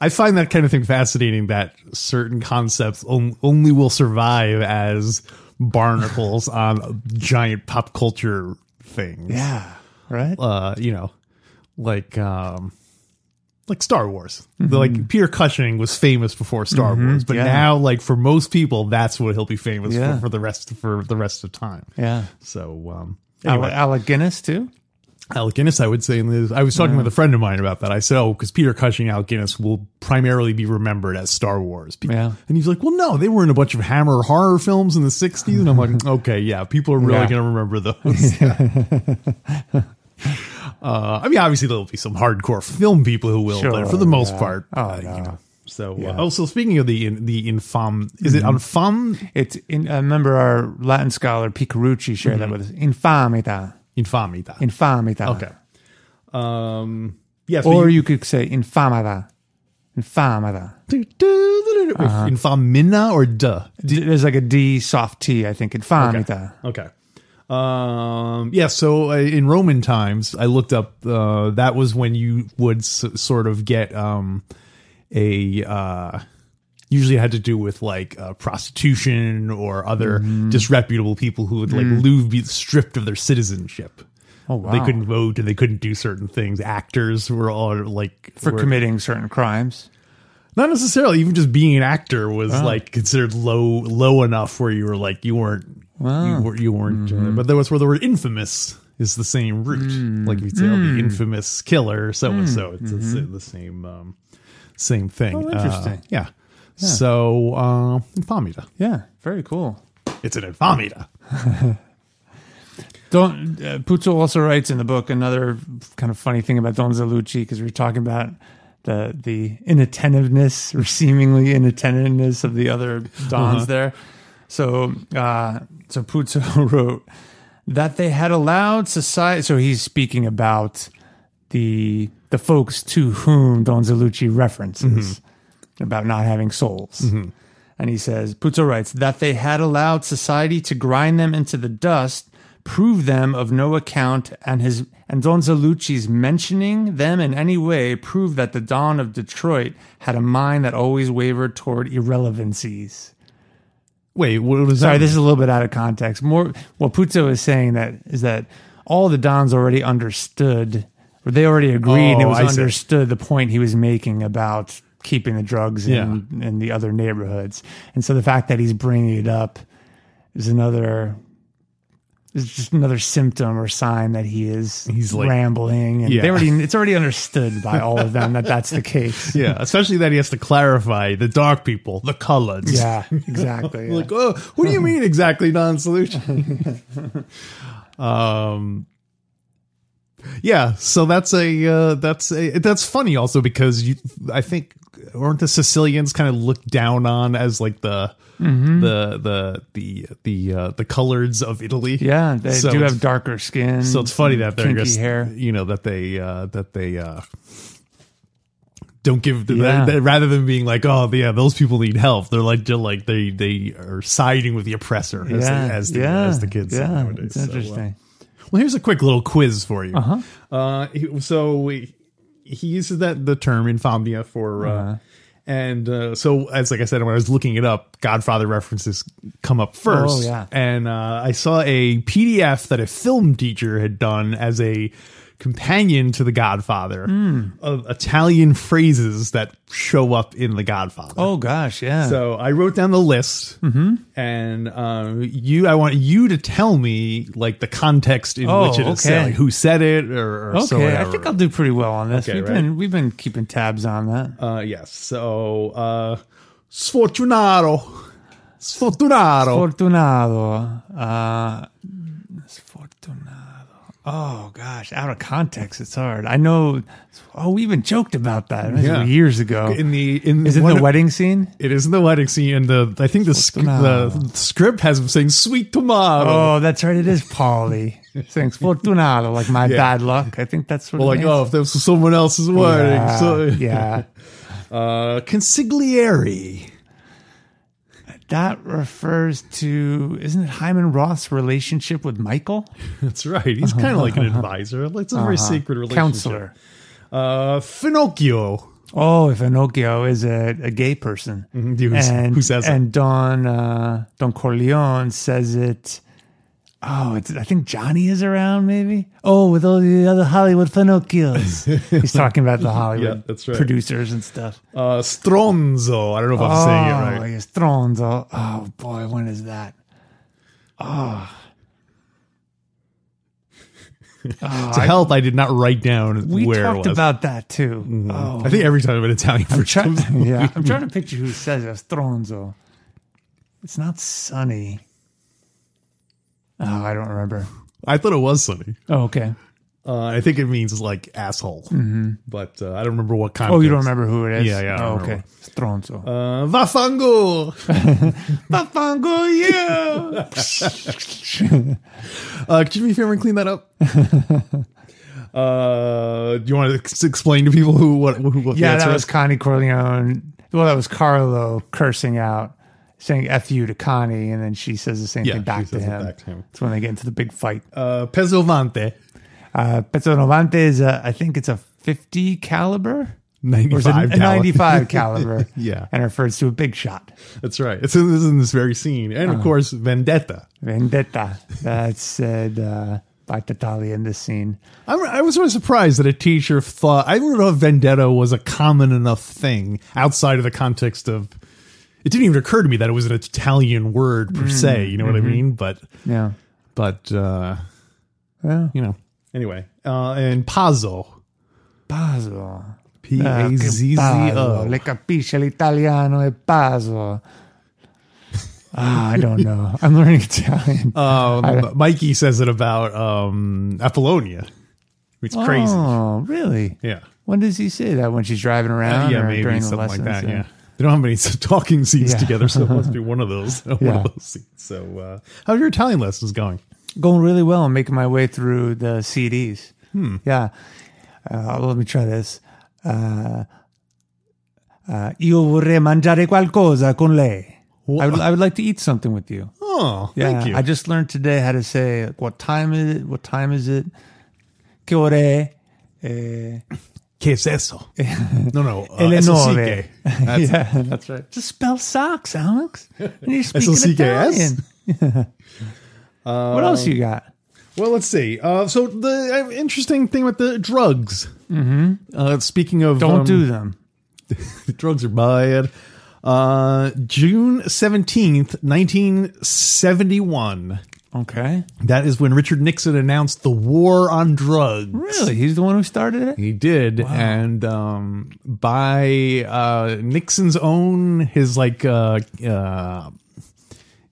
Speaker 1: I find that kind of thing fascinating. That certain concepts on- only will survive as barnacles on giant pop culture things.
Speaker 2: Yeah. Right.
Speaker 1: Uh, you know, like um, like Star Wars. The, like Peter Cushing was famous before Star Wars, but
Speaker 2: Mm-hmm. yeah.
Speaker 1: now, like for most people, that's what he'll be famous
Speaker 2: Yeah.
Speaker 1: for, for the rest for the rest of time.
Speaker 2: yeah.
Speaker 1: So um,
Speaker 2: Anyway.
Speaker 1: anyway,
Speaker 2: Alec Guinness too.
Speaker 1: Alec Guinness, I would say, in this, I was talking with
Speaker 2: Mm.
Speaker 1: a friend of mine about that. I said, "Oh, because Peter Cushing, Alec Guinness will primarily be remembered as Star Wars people."
Speaker 2: Yeah.
Speaker 1: And he's like, "Well, no, they were in a bunch of Hammer horror films in the '60s," and I'm like, "Okay, yeah, people are really
Speaker 2: Yeah.
Speaker 1: going to remember those." uh, I mean, obviously, there'll be some hardcore film people who will, but for the
Speaker 2: Sure,
Speaker 1: most
Speaker 2: yeah.
Speaker 1: part,
Speaker 2: Oh,
Speaker 1: uh,
Speaker 2: no.
Speaker 1: you know. So, uh,
Speaker 2: Yeah. Mm-hmm.
Speaker 1: oh, so speaking of the in, the infam, is it infam
Speaker 2: It's in, I remember our Latin scholar Picarucci shared that with us. Infamita.
Speaker 1: infamita?
Speaker 2: Infamita.
Speaker 1: okay. Um. Yes. but
Speaker 2: Or you could say infamada. Infamada.
Speaker 1: Uh-huh. Infamina or duh?
Speaker 2: D- There's like a D soft T, I think. Infamita.
Speaker 1: Okay. Um, yeah, so uh, in Roman times, I looked up uh, that was when you would s- sort of get um, a. Uh, usually it had to do with like uh, prostitution or other disreputable people who would like lose be stripped of their citizenship.
Speaker 2: Oh, wow.
Speaker 1: They couldn't vote and they couldn't do certain things. Actors were all like
Speaker 2: For
Speaker 1: were-
Speaker 2: committing certain crimes.
Speaker 1: not necessarily even just being an actor was like considered low low enough where you were like you weren't you, were, you weren't
Speaker 2: Mm-hmm.
Speaker 1: uh, but there was where the word infamous is the same root
Speaker 2: Mm.
Speaker 1: like if you say oh, the infamous killer so and so it's it's the same um, same thing
Speaker 2: Mm-hmm. Oh,
Speaker 1: Uh,
Speaker 2: interesting.
Speaker 1: yeah. so uh, infamita
Speaker 2: Yeah. Very cool.
Speaker 1: it's an infamita
Speaker 2: Don uh, Puzo also writes in the book another kind of funny thing about Don Zalucci because we were talking about the the inattentiveness or seemingly inattentiveness of the other dons there. So uh, so Puzo wrote that they had allowed society. So he's speaking about the the folks to whom Don Zalucci references about not having souls. And he says, Puzo writes, that they had allowed society to grind them into the dust, prove them of no account, and his and Don Zalucci's mentioning them in any way proved that the Don of Detroit had a mind that always wavered toward irrelevancies.
Speaker 1: Wait, what was
Speaker 2: Sorry,
Speaker 1: that?
Speaker 2: this is a little bit out of context. More what Puzo is saying that is that all the Dons already understood, or they already agreed, and it
Speaker 1: Oh,
Speaker 2: was
Speaker 1: I see.
Speaker 2: understood the point he was making about keeping the drugs in, in the other neighborhoods. And so the fact that he's bringing it up is another is just another symptom or sign that he is
Speaker 1: He's like-
Speaker 2: rambling, and they
Speaker 1: Yeah.
Speaker 2: already it's already understood by all of them that that's the case.
Speaker 1: yeah, especially that he has to clarify the dark people, the colored.
Speaker 2: Yeah, exactly. yeah.
Speaker 1: like, oh, what do you mean exactly non-solution? um, yeah. So that's a uh, that's a that's funny also because you I think aren't the Sicilians kind of looked down on as like the
Speaker 2: Mm-hmm.
Speaker 1: the the the the uh, the coloreds of Italy?
Speaker 2: Yeah, they
Speaker 1: So
Speaker 2: do
Speaker 1: it's-
Speaker 2: have darker skin.
Speaker 1: So it's funny that they're
Speaker 2: kinky
Speaker 1: just
Speaker 2: hair.
Speaker 1: you know that they uh, that they. Uh, don't give the,
Speaker 2: Yeah.
Speaker 1: that- rather than being like oh yeah those people need help they're like they're like they they are siding with the oppressor as, the, as, the, as the kids say
Speaker 2: yeah,
Speaker 1: nowadays.
Speaker 2: It's
Speaker 1: So, uh,
Speaker 2: interesting.
Speaker 1: well here's a quick little quiz for you uh-huh. so we, he uses that the term infamia for uh,
Speaker 2: Uh-huh.
Speaker 1: and uh, so as like I said when I was looking it up Godfather references come up first
Speaker 2: Oh, yeah.
Speaker 1: and uh, I saw a PDF that a film teacher had done as a companion to The Godfather
Speaker 2: Hmm.
Speaker 1: of Italian phrases that show up in The Godfather.
Speaker 2: oh gosh, yeah.
Speaker 1: So I wrote down the list,
Speaker 2: Mm-hmm.
Speaker 1: and um, you. I want you to tell me like the context in
Speaker 2: Oh,
Speaker 1: which it is said,
Speaker 2: okay.
Speaker 1: like who said it, or, or
Speaker 2: okay,
Speaker 1: so
Speaker 2: I
Speaker 1: whatever.
Speaker 2: think I'll do pretty well on this.
Speaker 1: Okay,
Speaker 2: we've
Speaker 1: right.
Speaker 2: been we've been keeping tabs on that.
Speaker 1: Uh, yes. So uh, sfortunato, sfortunato.
Speaker 2: Fortunado, uh, sfortunado. Oh gosh, out of context, it's hard. I know. Oh, we even joked about that
Speaker 1: Yeah.
Speaker 2: years ago.
Speaker 1: in the in
Speaker 2: Is it
Speaker 1: one
Speaker 2: the
Speaker 1: of-
Speaker 2: wedding scene?
Speaker 1: It is in the wedding scene, and the I think the sc-
Speaker 2: Sfortunato.
Speaker 1: the script has him saying "sweet tomato."
Speaker 2: Oh, that's right. It is Paulie saying "Fortunado," like my bad luck. I think that's what.
Speaker 1: Well,
Speaker 2: it
Speaker 1: like
Speaker 2: is.
Speaker 1: oh, if this was someone else's wedding,
Speaker 2: yeah,
Speaker 1: so
Speaker 2: yeah.
Speaker 1: uh, consigliere.
Speaker 2: That refers to isn't it Hyman Roth's relationship with Michael?
Speaker 1: That's right. He's kind of like an advisor. It's a very sacred relationship.
Speaker 2: Uh-huh. Counselor.
Speaker 1: Uh, Finocchio.
Speaker 2: Oh, if Pinocchio is a, a gay person.
Speaker 1: Who-
Speaker 2: and
Speaker 1: Mm-hmm. who says it?
Speaker 2: and Don uh, Don Corleone says it. Oh, it's, I think Johnny is around, maybe. Oh, with all the other Hollywood Finocchios. He's talking about the Hollywood
Speaker 1: Yeah, that's right.
Speaker 2: producers and stuff.
Speaker 1: Uh, Stronzo. I don't know if I'm
Speaker 2: oh,
Speaker 1: saying it right.
Speaker 2: it's Stronzo. Oh boy, when is that?
Speaker 1: to help, I did not write down
Speaker 2: We
Speaker 1: where it was.
Speaker 2: talked
Speaker 1: Mm-hmm.
Speaker 2: about that too. Oh,
Speaker 1: I think every time an Italian version
Speaker 2: Try-
Speaker 1: comes up,
Speaker 2: yeah, I'm trying to picture who says it. Stronzo. It's not Sunny. Oh, I don't remember.
Speaker 1: I thought it was Sonny.
Speaker 2: Oh, okay.
Speaker 1: Uh, I think it means like asshole, but uh, I don't remember what kind.
Speaker 2: Mm-hmm. Oh, you don't remember who it is?
Speaker 1: Yeah, yeah, I
Speaker 2: Oh,
Speaker 1: remember.
Speaker 2: okay. Stronzo.
Speaker 1: Uh, Vafango.
Speaker 2: Bafango, yeah.
Speaker 1: Uh, could you do me a favor and clean that up? uh, do you want to ex- explain to people who what? Who, what the
Speaker 2: yeah,
Speaker 1: answer
Speaker 2: that
Speaker 1: is?
Speaker 2: was Connie Corleone. Well, that was Carlo cursing out, saying F you to Connie, and then she says the same
Speaker 1: Yeah,
Speaker 2: thing
Speaker 1: she
Speaker 2: back to,
Speaker 1: says it
Speaker 2: him.
Speaker 1: back to him.
Speaker 2: That's when they get into the big fight.
Speaker 1: uh, Pesovante.
Speaker 2: Uh, Pezzo Novante is, a, I think it's a 50 caliber. Or is it
Speaker 1: 95
Speaker 2: a
Speaker 1: talent.
Speaker 2: 95 caliber.
Speaker 1: Yeah.
Speaker 2: And refers to a big shot.
Speaker 1: That's right. It's in this, in this very scene. And of course, Vendetta.
Speaker 2: Vendetta. That's said uh, by Tatali in this scene.
Speaker 1: I'm, I was sort of surprised that a teacher thought, I don't know if vendetta was a common enough thing outside of the context of. It didn't even occur to me that it was an Italian word per se. You know what I mean? But,
Speaker 2: Yeah.
Speaker 1: but, uh,
Speaker 2: Well,
Speaker 1: you know, anyway. Uh, and Pazzo.
Speaker 2: Paso.
Speaker 1: P
Speaker 2: Ah,
Speaker 1: A
Speaker 2: che
Speaker 1: Z Z
Speaker 2: Paso.
Speaker 1: O.
Speaker 2: Le capisce l'italiano e Paso. Ah, I don't know. I'm learning Italian.
Speaker 1: Um, Mikey says it about um, Apollonia. It's crazy.
Speaker 2: Oh, really?
Speaker 1: Yeah. Uh,
Speaker 2: When does he say that? When she's driving around?
Speaker 1: yeah,
Speaker 2: or
Speaker 1: maybe
Speaker 2: during
Speaker 1: something
Speaker 2: the lessons?
Speaker 1: like that. Yeah. They don't have many talking scenes
Speaker 2: Yeah.
Speaker 1: together, so it must be one of those. One
Speaker 2: Yeah.
Speaker 1: of those scenes. So, uh, how are your Italian lessons going?
Speaker 2: going really well. I'm making my way through the CDs. Yeah. Uh, let me try this. Uh, uh, io vorrei mangiare qualcosa con lei. I would, I would like to eat something with you.
Speaker 1: Oh,
Speaker 2: Yeah.
Speaker 1: thank you.
Speaker 2: I just learned today how to say like, what time is it? What time is it? Che ore? è? Eh,
Speaker 1: ¿Qué es eso? No, no. Uh,
Speaker 2: Eleonore.
Speaker 1: SLCK.
Speaker 2: yeah, that's right. Just spell socks, Alex. And you're speaking
Speaker 1: SLCKS?
Speaker 2: Italian. Um, what else you got?
Speaker 1: Well, let's see. Uh, so the uh, interesting thing with the drugs. Mm-hmm. Uh, speaking of,
Speaker 2: Don't
Speaker 1: um,
Speaker 2: do them.
Speaker 1: drugs are bad. Uh, June seventeenth, nineteen seventy-one.
Speaker 2: Okay.
Speaker 1: That is when Richard Nixon announced the war on drugs.
Speaker 2: Really? He's the one who started it?
Speaker 1: He did, and um, by uh, Nixon's own, his like uh, uh,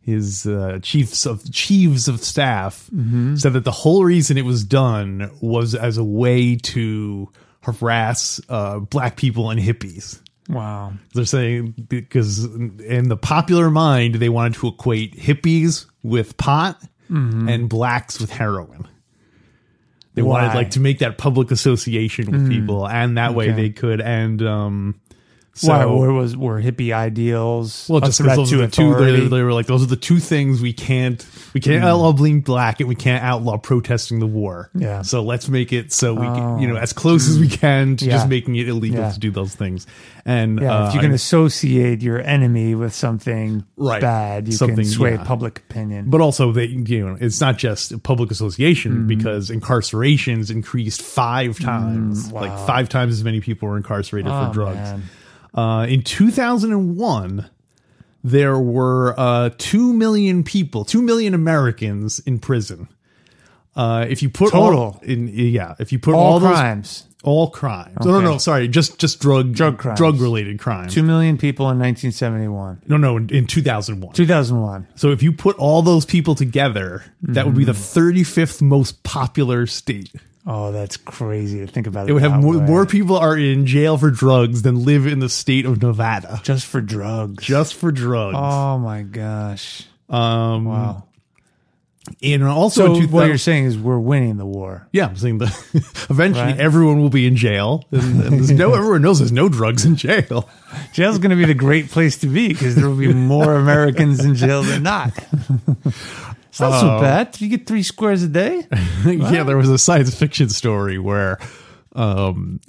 Speaker 1: his uh, chiefs of chiefs of staff said that the whole reason it was done was as a way to harass uh, black people and hippies.
Speaker 2: Wow.
Speaker 1: They're saying because in the popular mind, they wanted to equate hippies with pot
Speaker 2: Mm-hmm.
Speaker 1: and blacks with heroin. They wanted
Speaker 2: Why? Mm.
Speaker 1: like to make that public association with people, and that way
Speaker 2: Okay.
Speaker 1: they could. And um, so,
Speaker 2: Why? Where was were hippie ideals?
Speaker 1: well,
Speaker 2: a
Speaker 1: just
Speaker 2: threat
Speaker 1: because those
Speaker 2: to
Speaker 1: are the two, they,
Speaker 2: authority? Mm.
Speaker 1: they were like, those are the two things we can't we can't outlaw being black, and we can't outlaw protesting the war.
Speaker 2: Yeah. Oh.
Speaker 1: So let's make it so we can, you know as close as we can to just
Speaker 2: Yeah.
Speaker 1: making it illegal
Speaker 2: Yeah.
Speaker 1: to do those things. And
Speaker 2: Yeah,
Speaker 1: uh,
Speaker 2: if you can associate your enemy with something
Speaker 1: Right.
Speaker 2: bad, you
Speaker 1: Something-
Speaker 2: can sway
Speaker 1: yeah.
Speaker 2: public opinion.
Speaker 1: but also they you know it's not just public association
Speaker 2: Hmm.
Speaker 1: because incarcerations increased five times like five times as many people were incarcerated for
Speaker 2: Oh,
Speaker 1: drugs
Speaker 2: man.
Speaker 1: uh, in 2001 there were uh, 2 million people 2 million americans in prison uh, if you put all,
Speaker 2: Total.
Speaker 1: in yeah if you put all,
Speaker 2: All,
Speaker 1: those
Speaker 2: crimes.
Speaker 1: all crimes no no
Speaker 2: Okay.
Speaker 1: no sorry just just drug
Speaker 2: Drug crimes.
Speaker 1: drug related crimes
Speaker 2: Two million people in 1971,
Speaker 1: no no in, in 2001
Speaker 2: 2001.
Speaker 1: so if you put all those people together, that would be the
Speaker 2: Mm.
Speaker 1: 35th most popular state.
Speaker 2: Oh, that's crazy to think about. It,
Speaker 1: It would have
Speaker 2: that
Speaker 1: more,
Speaker 2: way.
Speaker 1: more people are in jail for drugs than live in the state of Nevada
Speaker 2: just for drugs.
Speaker 1: just for drugs.
Speaker 2: oh my gosh!
Speaker 1: um,
Speaker 2: Wow.
Speaker 1: And also
Speaker 2: So
Speaker 1: in 2000,
Speaker 2: what you're saying is we're winning the war.
Speaker 1: yeah, I'm saying the, eventually
Speaker 2: Right.
Speaker 1: everyone will be in jail, and, and there's no everyone knows there's no drugs in jail.
Speaker 2: Jail's going to be the great place to be because there will be more Americans in jail than not. Oh. it's not so bad. You get three squares a day.
Speaker 1: yeah, there was a science fiction story where, um,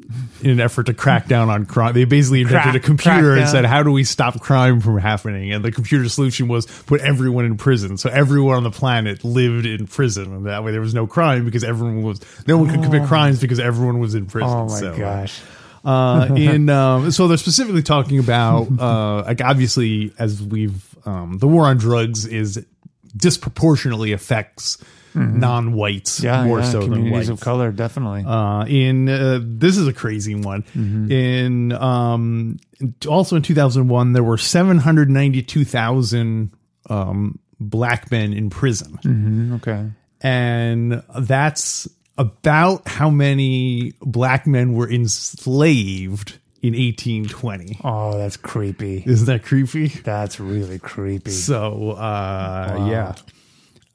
Speaker 1: in an effort to crack down on crime, they basically invented
Speaker 2: Crack-
Speaker 1: a computer
Speaker 2: crack
Speaker 1: and said,
Speaker 2: down.
Speaker 1: "How do we stop crime from happening?" And the computer solution was put everyone in prison, so everyone on the planet lived in prison, and that way there was no crime because everyone was no one could commit crimes because everyone was in prison.
Speaker 2: Oh my
Speaker 1: so, uh,
Speaker 2: gosh!
Speaker 1: uh, in um, so they're specifically talking about uh, like obviously as we've um, the war on drugs is disproportionately affects non-whites
Speaker 2: Hmm. Yeah,
Speaker 1: more
Speaker 2: yeah,
Speaker 1: so than
Speaker 2: communities
Speaker 1: whites.
Speaker 2: of color, definitely.
Speaker 1: Uh, in uh, this is a crazy one.
Speaker 2: Mm-hmm.
Speaker 1: In um, also in 2001, there were 792,000 um, black men in prison
Speaker 2: Mm, okay.
Speaker 1: and that's about how many black men were enslaved in 1820.
Speaker 2: Oh, that's creepy.
Speaker 1: Isn't that creepy?
Speaker 2: That's really creepy.
Speaker 1: So, uh, yeah.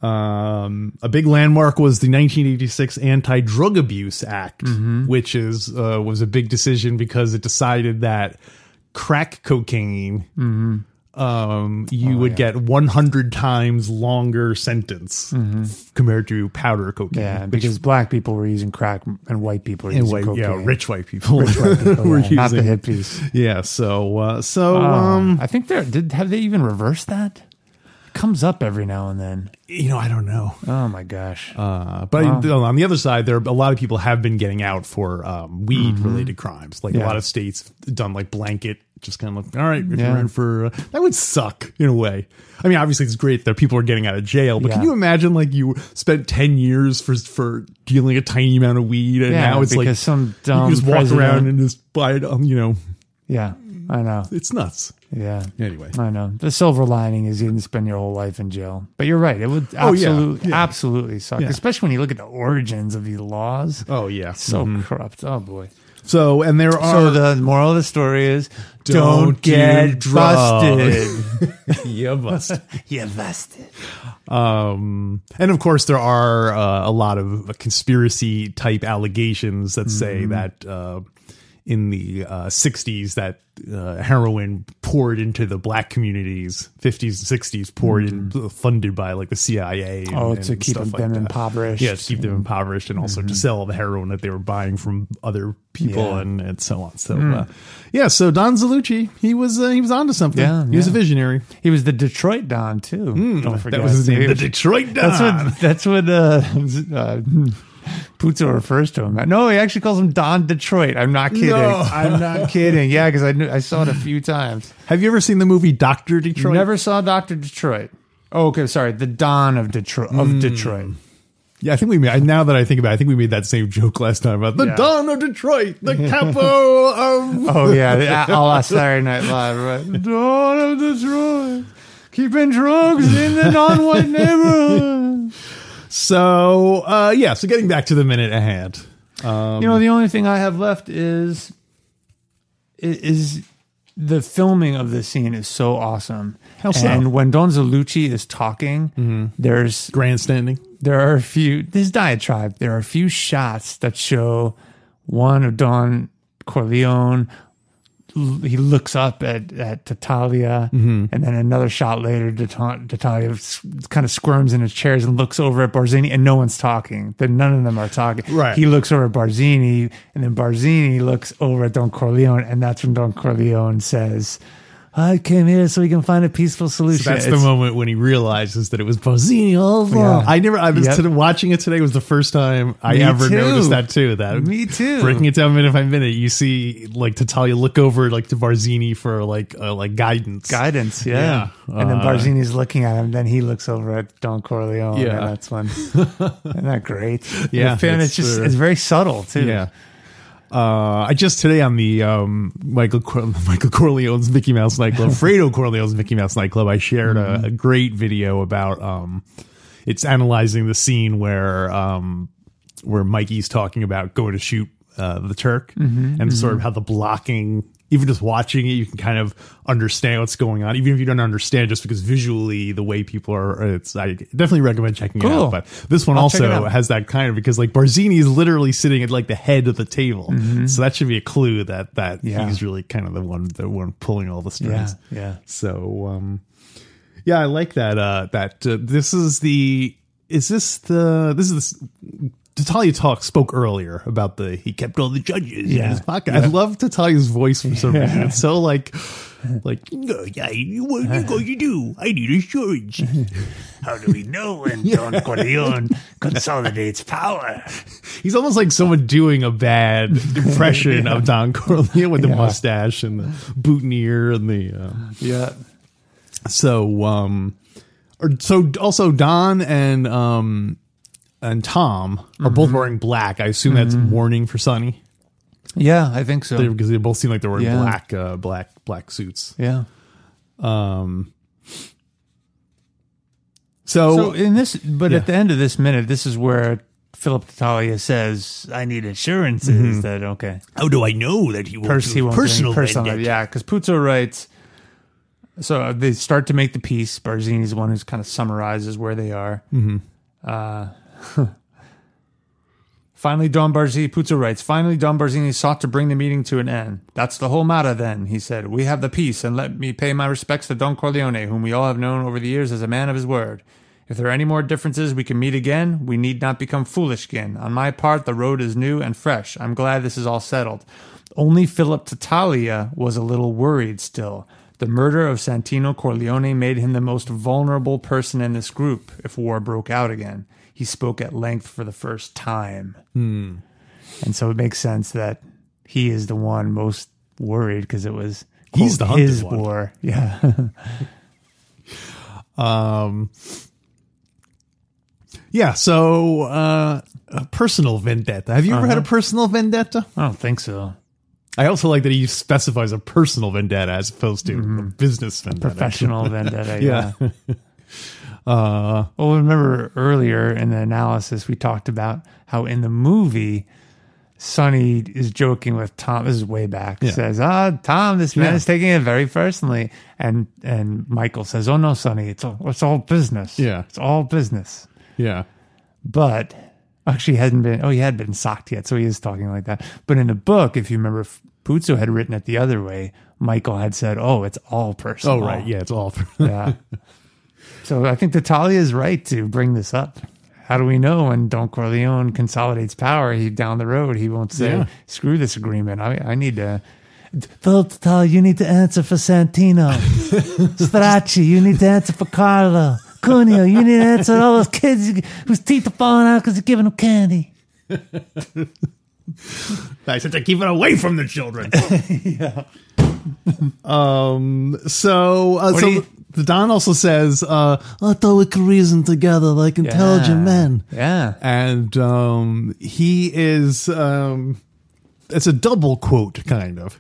Speaker 1: Um, a big landmark was the 1986 Anti-Drug Abuse Act, which is uh, was a big decision because it decided that crack cocaine, um, you would get 100 times longer sentence compared to powder cocaine.
Speaker 2: yeah, because black people were using crack and white people were
Speaker 1: and
Speaker 2: using
Speaker 1: white,
Speaker 2: cocaine.
Speaker 1: yeah, rich white people,
Speaker 2: white people,
Speaker 1: were
Speaker 2: yeah, not the
Speaker 1: using-
Speaker 2: hippies.
Speaker 1: Yeah, so uh, so um,
Speaker 2: Um, I think they're did have they even reversed that? It comes up every now and then.
Speaker 1: you know, I don't know,
Speaker 2: Oh my gosh.
Speaker 1: uh, but on the other side, there are a lot of people have been getting out for um, weed related crimes. Like a
Speaker 2: Mm-hmm. Yeah.
Speaker 1: lot of states have done like blanket, just kind of like, all right, if
Speaker 2: Yeah.
Speaker 1: you're in for uh, that would suck in a way. I mean, obviously it's great that people are getting out of jail, but can
Speaker 2: Yeah.
Speaker 1: you imagine like you spent ten years for for dealing a tiny amount of weed, and
Speaker 2: Yeah,
Speaker 1: now it's like
Speaker 2: because some
Speaker 1: you
Speaker 2: dumb
Speaker 1: just walk
Speaker 2: president-
Speaker 1: around and just buy it. Um, you know,
Speaker 2: yeah, I know.
Speaker 1: it's nuts.
Speaker 2: Yeah.
Speaker 1: Anyway.
Speaker 2: I know. The silver lining is you didn't spend your whole life in jail. But you're right. It would
Speaker 1: Oh, yeah,
Speaker 2: absolutely
Speaker 1: yeah.
Speaker 2: absolutely suck.
Speaker 1: Yeah.
Speaker 2: Especially when you look at the origins of these laws.
Speaker 1: Oh yeah. So,
Speaker 2: So corrupt. Oh boy.
Speaker 1: and there are
Speaker 2: So the moral of the story is
Speaker 1: Don't
Speaker 2: don't,
Speaker 1: do
Speaker 2: get
Speaker 1: drugs.
Speaker 2: busted.
Speaker 1: yeah bust.
Speaker 2: you busted.
Speaker 1: Um, and of course, there
Speaker 2: Mm-hmm.
Speaker 1: are uh, a lot of conspiracy type allegations that say that uh, in the uh, 60s that uh, heroin poured into the black communities 50s and 60s poured in funded by like the cia and,
Speaker 2: Mm-hmm. Oh, to
Speaker 1: and
Speaker 2: keep
Speaker 1: stuff like
Speaker 2: them
Speaker 1: that.
Speaker 2: impoverished. Mm-hmm.
Speaker 1: yeah to keep them impoverished and also to sell the heroin that they were buying from other people
Speaker 2: Yeah. Hmm.
Speaker 1: and, and so on so uh, yeah so don zalucci he was uh, he was onto something
Speaker 2: Yeah,
Speaker 1: he was a
Speaker 2: yeah.
Speaker 1: visionary
Speaker 2: He was the Detroit Don too. Don't forget
Speaker 1: Mm, that was his
Speaker 2: He
Speaker 1: name the
Speaker 2: was-
Speaker 1: detroit don
Speaker 2: That's what that's what uh, uh, Puzo refers to him. No, he actually calls him Don Detroit. I'm not kidding.
Speaker 1: No.
Speaker 2: I'm not kidding. Yeah, because I knew, I saw it a few times.
Speaker 1: have you ever seen the movie dr detroit
Speaker 2: Never saw Doctor Detroit. Oh, okay, sorry, the Don of Detroit of
Speaker 1: Hmm.
Speaker 2: Detroit.
Speaker 1: Yeah, I think we made. Now that I think about, it, I think we made that same joke last time about the
Speaker 2: Yeah.
Speaker 1: Don of Detroit, the capo of.
Speaker 2: Oh yeah, the, all last Saturday Night Live, right? Don of Detroit, keeping drugs in the non-white neighborhood.
Speaker 1: So uh, yeah, so getting back to the minute at hand,
Speaker 2: you
Speaker 1: Um,
Speaker 2: know the only thing i have left is is the filming of the scene is so awesome
Speaker 1: How so? Mm-hmm.
Speaker 2: and when don zalucci is talking there's
Speaker 1: grandstanding.
Speaker 2: there are a few this diatribe there are a few shots that show one of don corleone L- he looks up at at Tatalia,
Speaker 1: Mm-hmm.
Speaker 2: and then another shot later, Tata- Tatalia s- kind of squirms in his chairs and looks over at Barzini, and no one's talking. Then none of them are talking.
Speaker 1: Right.
Speaker 2: He looks over at Barzini, and then Barzini looks over at Don Corleone, and that's when Don Corleone says, "I came here so we can find a peaceful solution."
Speaker 1: That's the
Speaker 2: It's-
Speaker 1: moment when he realizes that it was Bozzini all along.
Speaker 2: Yeah.
Speaker 1: I never. I've been
Speaker 2: Yep.
Speaker 1: sitting- watching it today was the first time I
Speaker 2: Me
Speaker 1: ever
Speaker 2: too.
Speaker 1: noticed that too. That
Speaker 2: Me too.
Speaker 1: Breaking it down minute by minute, you see like Tatalia look over like to Barzini for like uh, like guidance.
Speaker 2: guidance. Yeah.
Speaker 1: Yeah.
Speaker 2: And then
Speaker 1: Uh,
Speaker 2: Barzini's looking at him. Then he looks over at Don Corleone.
Speaker 1: Yeah.
Speaker 2: And that's when. isn't that great?
Speaker 1: Yeah,
Speaker 2: The film,
Speaker 1: it's
Speaker 2: it's just,
Speaker 1: true.
Speaker 2: it's very subtle, too.
Speaker 1: Yeah. Uh, I just today on the um, Michael Cor- Michael Corleone's Mickey Mouse nightclub, Fredo Corleone's Mickey Mouse nightclub. I shared
Speaker 2: Mm-hmm.
Speaker 1: a, a great video about um, it's analyzing the scene where um, where Mikey's talking about going to shoot uh, the Turk and
Speaker 2: Mm-hmm,
Speaker 1: sort of how the blocking. Even just watching it, you can kind of understand what's going on, even if you don't understand. Just because visually, the way people are, it's I definitely recommend checking it out.
Speaker 2: Cool.
Speaker 1: But this one
Speaker 2: I'll check it
Speaker 1: also
Speaker 2: out.
Speaker 1: has that kind of because like Barzini is literally sitting at like the head of the table, so that should be a clue that that
Speaker 2: Mm-hmm. Yeah.
Speaker 1: he's really kind of the one the one pulling all the
Speaker 2: Yeah.
Speaker 1: strings.
Speaker 2: Yeah.
Speaker 1: So um, yeah, I like that. Uh, that uh, this is the is this the this is the Tatalia talk spoke earlier about the he kept all the judges in
Speaker 2: Yeah.
Speaker 1: his pocket. I love Tatalia's voice for some reason. It's so like like "No, I- what are you going to do? I need assurance.
Speaker 2: Mm-hmm.
Speaker 4: How do we know when Don Corleone consolidates power?
Speaker 1: He's almost like someone doing a bad impression of Don Corleone with the
Speaker 2: Yeah.
Speaker 1: mustache and the boutonniere and the uh,
Speaker 2: Yeah.
Speaker 1: so um or so also Don and um and Tom are both
Speaker 2: Mm-hmm.
Speaker 1: wearing black. I assume that's warning for Sunny
Speaker 2: Yeah. I think so.
Speaker 1: because they both seem like they're wearing
Speaker 2: Oh. Yeah.
Speaker 1: black uh, black black suits.
Speaker 2: yeah. So
Speaker 1: So,
Speaker 2: in this, but at the end of this minute, this is where Philip Tatalia says, "I need assurances
Speaker 1: Mm-hmm.
Speaker 2: that okay."
Speaker 4: How do I know that he will
Speaker 2: Pers- he won't do any
Speaker 4: personal
Speaker 2: personal
Speaker 4: vendetta?
Speaker 2: Yeah, because Puzo writes. So they start to make the piece. Barzini's the one who's kind of summarizes where they are. Uh, finally, Don Barzini. Puzo writes. Finally, Don Barzini sought to bring the meeting to an end. That's the whole matter. Then he said, "We have the peace, and let me pay my respects to Don Corleone, whom we all have known over the years as a man of his word." If there are any more differences, we can meet again. We need not become foolish again. On my part, the road is new and fresh. I'm glad this is all settled. Only Philip Tatalia was a little worried still. The murder of Santino Corleone made him the most vulnerable person in this group if war broke out again. He spoke at length for the first time. And so it makes sense that he is the one most worried because it was
Speaker 1: He's the
Speaker 2: quote,
Speaker 1: hunted
Speaker 2: his
Speaker 1: one.
Speaker 2: war. Yeah.
Speaker 1: yeah, so uh a personal vendetta. Have you ever had
Speaker 2: Uh-huh.
Speaker 1: a personal vendetta?
Speaker 2: I don't think so.
Speaker 1: I also like that he specifies a personal vendetta as opposed to a business vendetta.
Speaker 2: Mm-hmm. professional vendetta.
Speaker 1: Yeah.
Speaker 2: Yeah. uh, well, remember earlier in the analysis we talked about how in the movie. Sonny is joking with Tom. This is way back. Says, "Ah, Tom, this man
Speaker 1: Yeah.
Speaker 2: is taking it very personally." And and Michael says, "Oh no, Sonny, it's all, it's all business.
Speaker 1: Yeah.
Speaker 2: it's all business."
Speaker 1: Yeah.
Speaker 2: but actually hadn't been oh he had been socked yet so he is talking like that but in the book if you remember f- Puzo had written it the other way, Michael had said, "Oh, it's all personal."
Speaker 1: Oh, right. Yeah, it's all.
Speaker 2: Yeah. so I think Natalia is right to bring this up. How do we know when Don Corleone consolidates power, he down the road, he won't say,
Speaker 1: Yeah.
Speaker 2: "Screw this agreement. I, I need to." Philip Tatalia, you need to answer for Santino. Stracci, you need to answer for Carlo. Cuneo, you need to answer all those kids you- whose teeth are falling out because you're giving them candy.
Speaker 1: I said to keep it away from the children. Um. So, uh, so
Speaker 2: do you-
Speaker 1: the Don also says, uh, "I thought we could reason together like intelligent men."
Speaker 2: Yeah.
Speaker 1: and um, he is um, it's a double quote kind of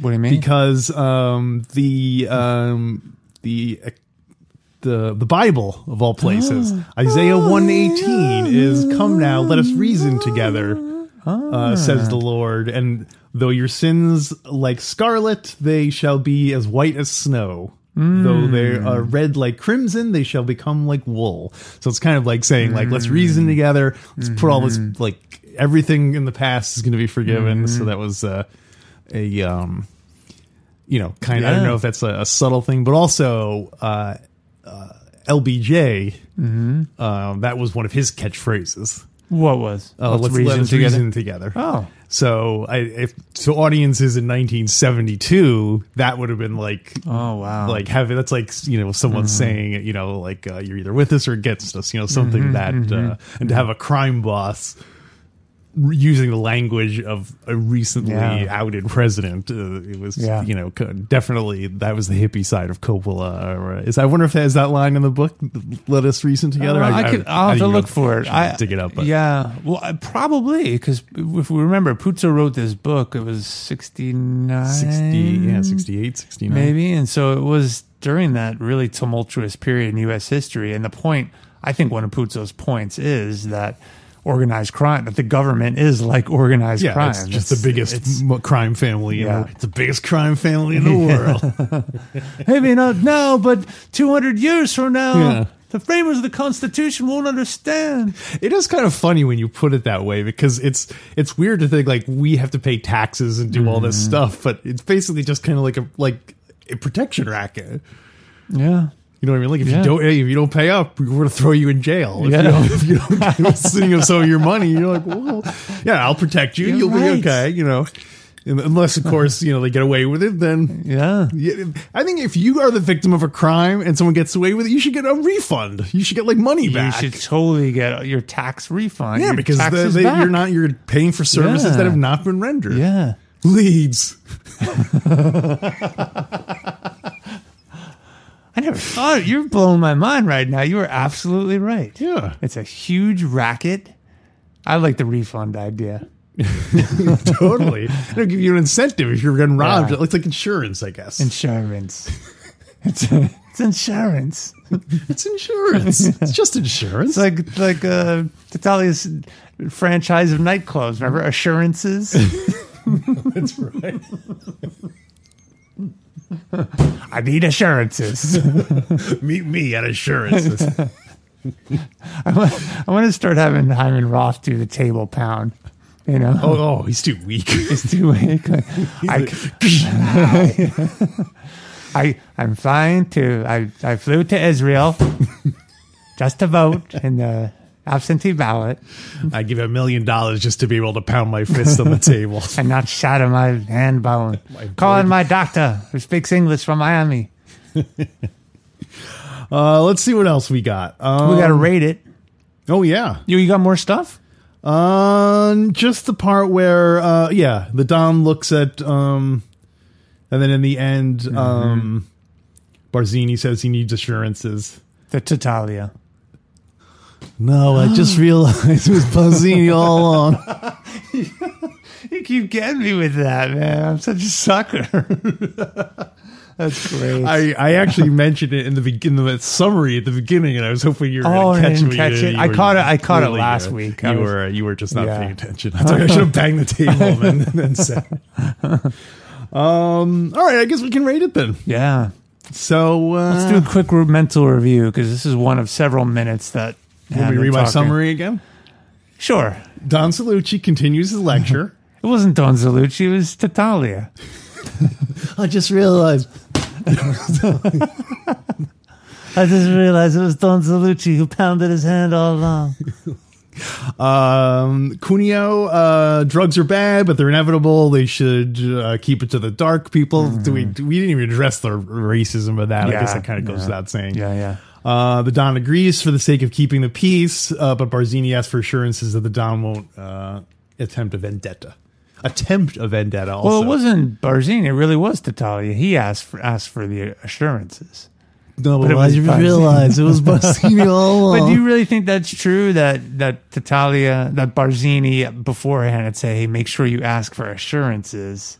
Speaker 2: What do you mean?
Speaker 1: because um, the um, the the the Bible of all places Isaiah one eighteen is come now let us reason together uh, says the Lord and though your sins like scarlet they shall be as white as snow. Though they are red like crimson, they shall become like wool. So it's kind of like saying, like, let's reason together. Let's put all this, like, everything in the past is going to be forgiven. So that was uh, a um you know kind i don't
Speaker 2: Yeah.
Speaker 1: know if that's a, a subtle thing but also uh, uh lbj um, that was one of his catchphrases
Speaker 2: what was?
Speaker 1: uh, let's, let us reason together
Speaker 2: Oh.
Speaker 1: so i if so audiences in 1972 that would have been like
Speaker 2: Oh, wow. Mm-hmm.
Speaker 1: like having that's like you know someone saying you know like uh, you're either with us or against us you know something
Speaker 2: Mm-hmm,
Speaker 1: that uh, and to have a crime boss r- using the language of a recently
Speaker 2: Yeah.
Speaker 1: outed president uh, it was
Speaker 2: Yeah.
Speaker 1: you know co- definitely that was the hippie side of Coppola or, uh, is I wonder if that is that line in the book let us reason together
Speaker 2: Well, Uh, I, could. I'll have
Speaker 1: you
Speaker 2: to
Speaker 1: know,
Speaker 2: look for it.
Speaker 1: should
Speaker 2: I
Speaker 1: dig it up but
Speaker 2: Yeah. Well, I, probably because if we remember, Puzo wrote this book. It was sixty nine,
Speaker 1: 60 yeah 68 69
Speaker 2: maybe, and so it was during that really tumultuous period in U.S. history. And the point, I think, one of Puzo's points is that organized crime, that the government is like organized
Speaker 1: yeah,
Speaker 2: crime.
Speaker 1: it's just
Speaker 2: It's-
Speaker 1: the biggest
Speaker 2: it's-
Speaker 1: m- crime family. you know.
Speaker 2: Yeah.
Speaker 1: it's the biggest crime family in the world.
Speaker 2: Maybe not now, but two hundred years from now.
Speaker 1: Yeah.
Speaker 2: The framers of the Constitution won't understand.
Speaker 1: It is kind of funny when you put it that way because it's it's weird to think like we have to pay taxes and do all this
Speaker 2: Mm-hmm.
Speaker 1: stuff, but it's basically just kind of like a like a protection racket.
Speaker 2: Yeah.
Speaker 1: You know what I mean? Like if
Speaker 2: Yeah.
Speaker 1: you don't hey, if you don't pay up, we're gonna throw you in jail. If
Speaker 2: Yeah.
Speaker 1: you don't if you don't give us sitting of some of your money, you're like, well, yeah, I'll protect you.
Speaker 2: You're
Speaker 1: You'll
Speaker 2: right.
Speaker 1: be okay. You know, And unless of course you know they get away with it, then.
Speaker 2: Yeah.
Speaker 1: Yeah, I think if you are the victim of a crime and someone gets away with it, you should get a refund. You should get like money back.
Speaker 2: You should totally get your tax refund.
Speaker 1: Yeah,
Speaker 2: your
Speaker 1: because the,
Speaker 2: taxes
Speaker 1: they,
Speaker 2: back.
Speaker 1: you're not you're paying for services
Speaker 2: Yeah.
Speaker 1: that have not been rendered.
Speaker 2: Yeah.
Speaker 1: Leads.
Speaker 2: I never thought you're blowing my mind right now. You are absolutely right.
Speaker 1: Yeah.
Speaker 2: It's a huge racket. I like the refund idea.
Speaker 1: totally. It'll give you an incentive if you're getting robbed.
Speaker 2: Yeah.
Speaker 1: It looks like insurance, I guess.
Speaker 2: Insurance. it's, it's insurance.
Speaker 1: it's insurance. it's just insurance.
Speaker 2: It's like like uh Natalia's franchise of nightclubs, remember? Assurances.
Speaker 1: That's right.
Speaker 2: I need assurances.
Speaker 1: Meet me at insurance.
Speaker 2: I want, I want to start having Hyman Roth do the table pound. You know?
Speaker 1: oh, oh, he's too weak.
Speaker 2: It's too weak. I, I, I'm flying to, I, I flew to Israel just to vote in the absentee ballot
Speaker 1: I give a million dollars just to be able to pound my fist on the table.
Speaker 2: and not shatter my hand bone. Calling Oh my doctor who speaks English from Miami.
Speaker 1: Uh, let's see what else we got. Um,
Speaker 2: we got to rate it.
Speaker 1: oh yeah,
Speaker 2: You, you got more stuff?
Speaker 1: Um, just the part where, uh, yeah, the Don looks at, um, and then in the end,
Speaker 2: Mm-hmm.
Speaker 1: um, Barzini says he needs assurances.
Speaker 2: The Totalia.
Speaker 1: No, I just realized it was Barzini all along.
Speaker 2: You keep getting me with that, man. I'm such a sucker. That's great.
Speaker 1: I, I actually mentioned it in the beginning, the summary at the beginning, and I was hoping you were
Speaker 2: Oh,
Speaker 1: going
Speaker 2: I
Speaker 1: to catch
Speaker 2: didn't
Speaker 1: me. uh,
Speaker 2: catch it.
Speaker 1: You
Speaker 2: I
Speaker 1: were
Speaker 2: caught it- I caught it
Speaker 1: really,
Speaker 2: last
Speaker 1: uh,
Speaker 2: week. I
Speaker 1: You
Speaker 2: was-
Speaker 1: were you were just not
Speaker 2: Yeah.
Speaker 1: paying attention. I, was like, I should have banged the table and then said. Um. All right. I guess we can rate it then.
Speaker 2: yeah.
Speaker 1: So uh,
Speaker 2: Let's do a quick re- mental review because this is one of several minutes that.
Speaker 1: Let
Speaker 2: have
Speaker 1: me
Speaker 2: been
Speaker 1: read my
Speaker 2: talking.
Speaker 1: summary again.
Speaker 2: Sure.
Speaker 1: Don Salucci continues his lecture.
Speaker 2: It wasn't Don Zalucci. It was Tatalia.
Speaker 1: I just realized.
Speaker 2: I just realized it was Don Zalucci who pounded his hand all along.
Speaker 1: Um, Cuneo, uh, drugs are bad, but they're inevitable. They should uh, keep it to the dark people. Do we? do- We didn't even address the racism of that. I guess
Speaker 2: Mm-hmm. Yeah,
Speaker 1: that kind of goes without saying.
Speaker 2: Yeah, yeah.
Speaker 1: Uh, the Don agrees for the sake of keeping the peace, uh, but Barzini asks for assurances that the Don won't uh, attempt a vendetta. Attempt a vendetta. Also.
Speaker 2: Well, it wasn't Barzini. It really was Tatalia. He asked for, asked for the assurances.
Speaker 1: No, but,
Speaker 2: it was
Speaker 1: I
Speaker 2: Barzini.
Speaker 1: realized it was Barzini all along.
Speaker 2: But do you really think that's true that that Tatalia, that Barzini beforehand had say, "Hey, make sure you ask for assurances,"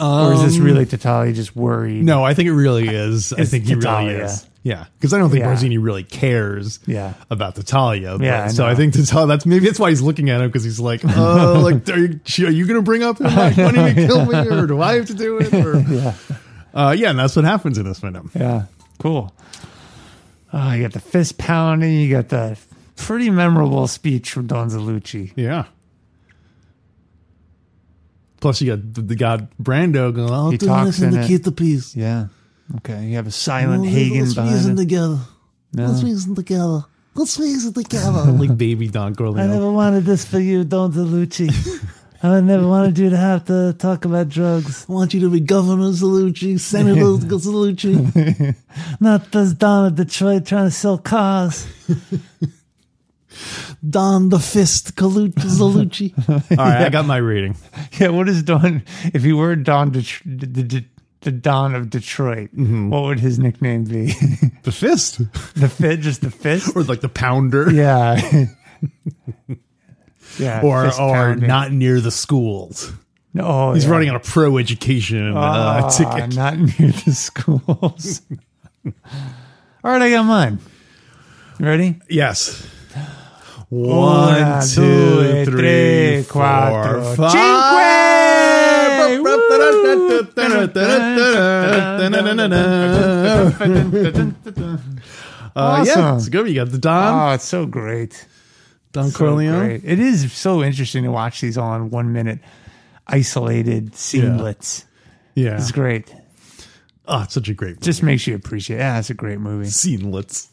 Speaker 2: or is this really Tatalia just worried?
Speaker 1: No, I think it really is. I
Speaker 2: Uh, It's
Speaker 1: think he really
Speaker 2: Tatalia.
Speaker 1: is. Yeah, because I don't think
Speaker 2: Yeah.
Speaker 1: Barzini really cares.
Speaker 2: Yeah.
Speaker 1: about Tatalia. But,
Speaker 2: Yeah, I
Speaker 1: so I
Speaker 2: know.
Speaker 1: think Tatalia. That's maybe that's why he's looking at him because he's like, oh, like are you, are you going to bring up him like, wanting to kill me, or do I have to do it? Or, yeah, uh, yeah, and that's what happens in this film.
Speaker 2: Yeah. Cool. Oh, you got the fist pounding. You got the pretty memorable speech from Don Zalucci.
Speaker 1: Yeah. Plus, you got the, the god Brando going. I'll
Speaker 2: He
Speaker 1: do
Speaker 2: talks
Speaker 1: nothing
Speaker 2: in
Speaker 1: to
Speaker 2: it.
Speaker 1: keep the peace.
Speaker 2: Yeah. Okay. You have a silent
Speaker 1: Let's-
Speaker 2: Hagen
Speaker 1: let's
Speaker 2: behind.
Speaker 1: reason
Speaker 2: it.
Speaker 1: together. Let's
Speaker 2: No.
Speaker 1: reason together. Let's reason together. like baby Don Corleone.
Speaker 2: wanted this for you, Don DeLucci. I never wanted you to have to talk about drugs.
Speaker 1: I want you to be Governor Zalucci, Senator Zalucci.
Speaker 2: Not this Don of Detroit trying to sell cars.
Speaker 1: Don the Fist Colu- Zalucci. All right, I got my rating.
Speaker 2: Yeah, what is Don? If he were Don Det- the, the, the Don of Detroit, what would his nickname be?
Speaker 1: The Fist?
Speaker 2: the fit, just the fist?
Speaker 1: Or like the Pounder?
Speaker 2: Yeah. yeah.
Speaker 1: Or,
Speaker 2: fist
Speaker 1: or
Speaker 2: pounding.
Speaker 1: not near the schools.
Speaker 2: No, oh,
Speaker 1: He's
Speaker 2: yeah.
Speaker 1: running on a pro education uh,
Speaker 2: Ah,
Speaker 1: ticket.
Speaker 2: Not near the schools. All right, I got mine. You ready?
Speaker 1: Yes. One,
Speaker 2: Una,
Speaker 1: two,
Speaker 2: due,
Speaker 1: three,
Speaker 2: tre,
Speaker 1: four,
Speaker 2: quattro.
Speaker 1: five.
Speaker 2: Cinque!
Speaker 1: Uh, yeah,
Speaker 2: Awesome.
Speaker 1: it's good. You got the Don,
Speaker 2: Oh, it's so great.
Speaker 1: Don
Speaker 2: So
Speaker 1: Um, Corleone.
Speaker 2: great. It is so interesting to watch these all in one minute, isolated sceneblets.
Speaker 1: Yeah,
Speaker 2: It's great.
Speaker 1: oh, it's such a great
Speaker 2: Just makes you appreciate. Yeah, it's a great movie.
Speaker 1: Scenelets.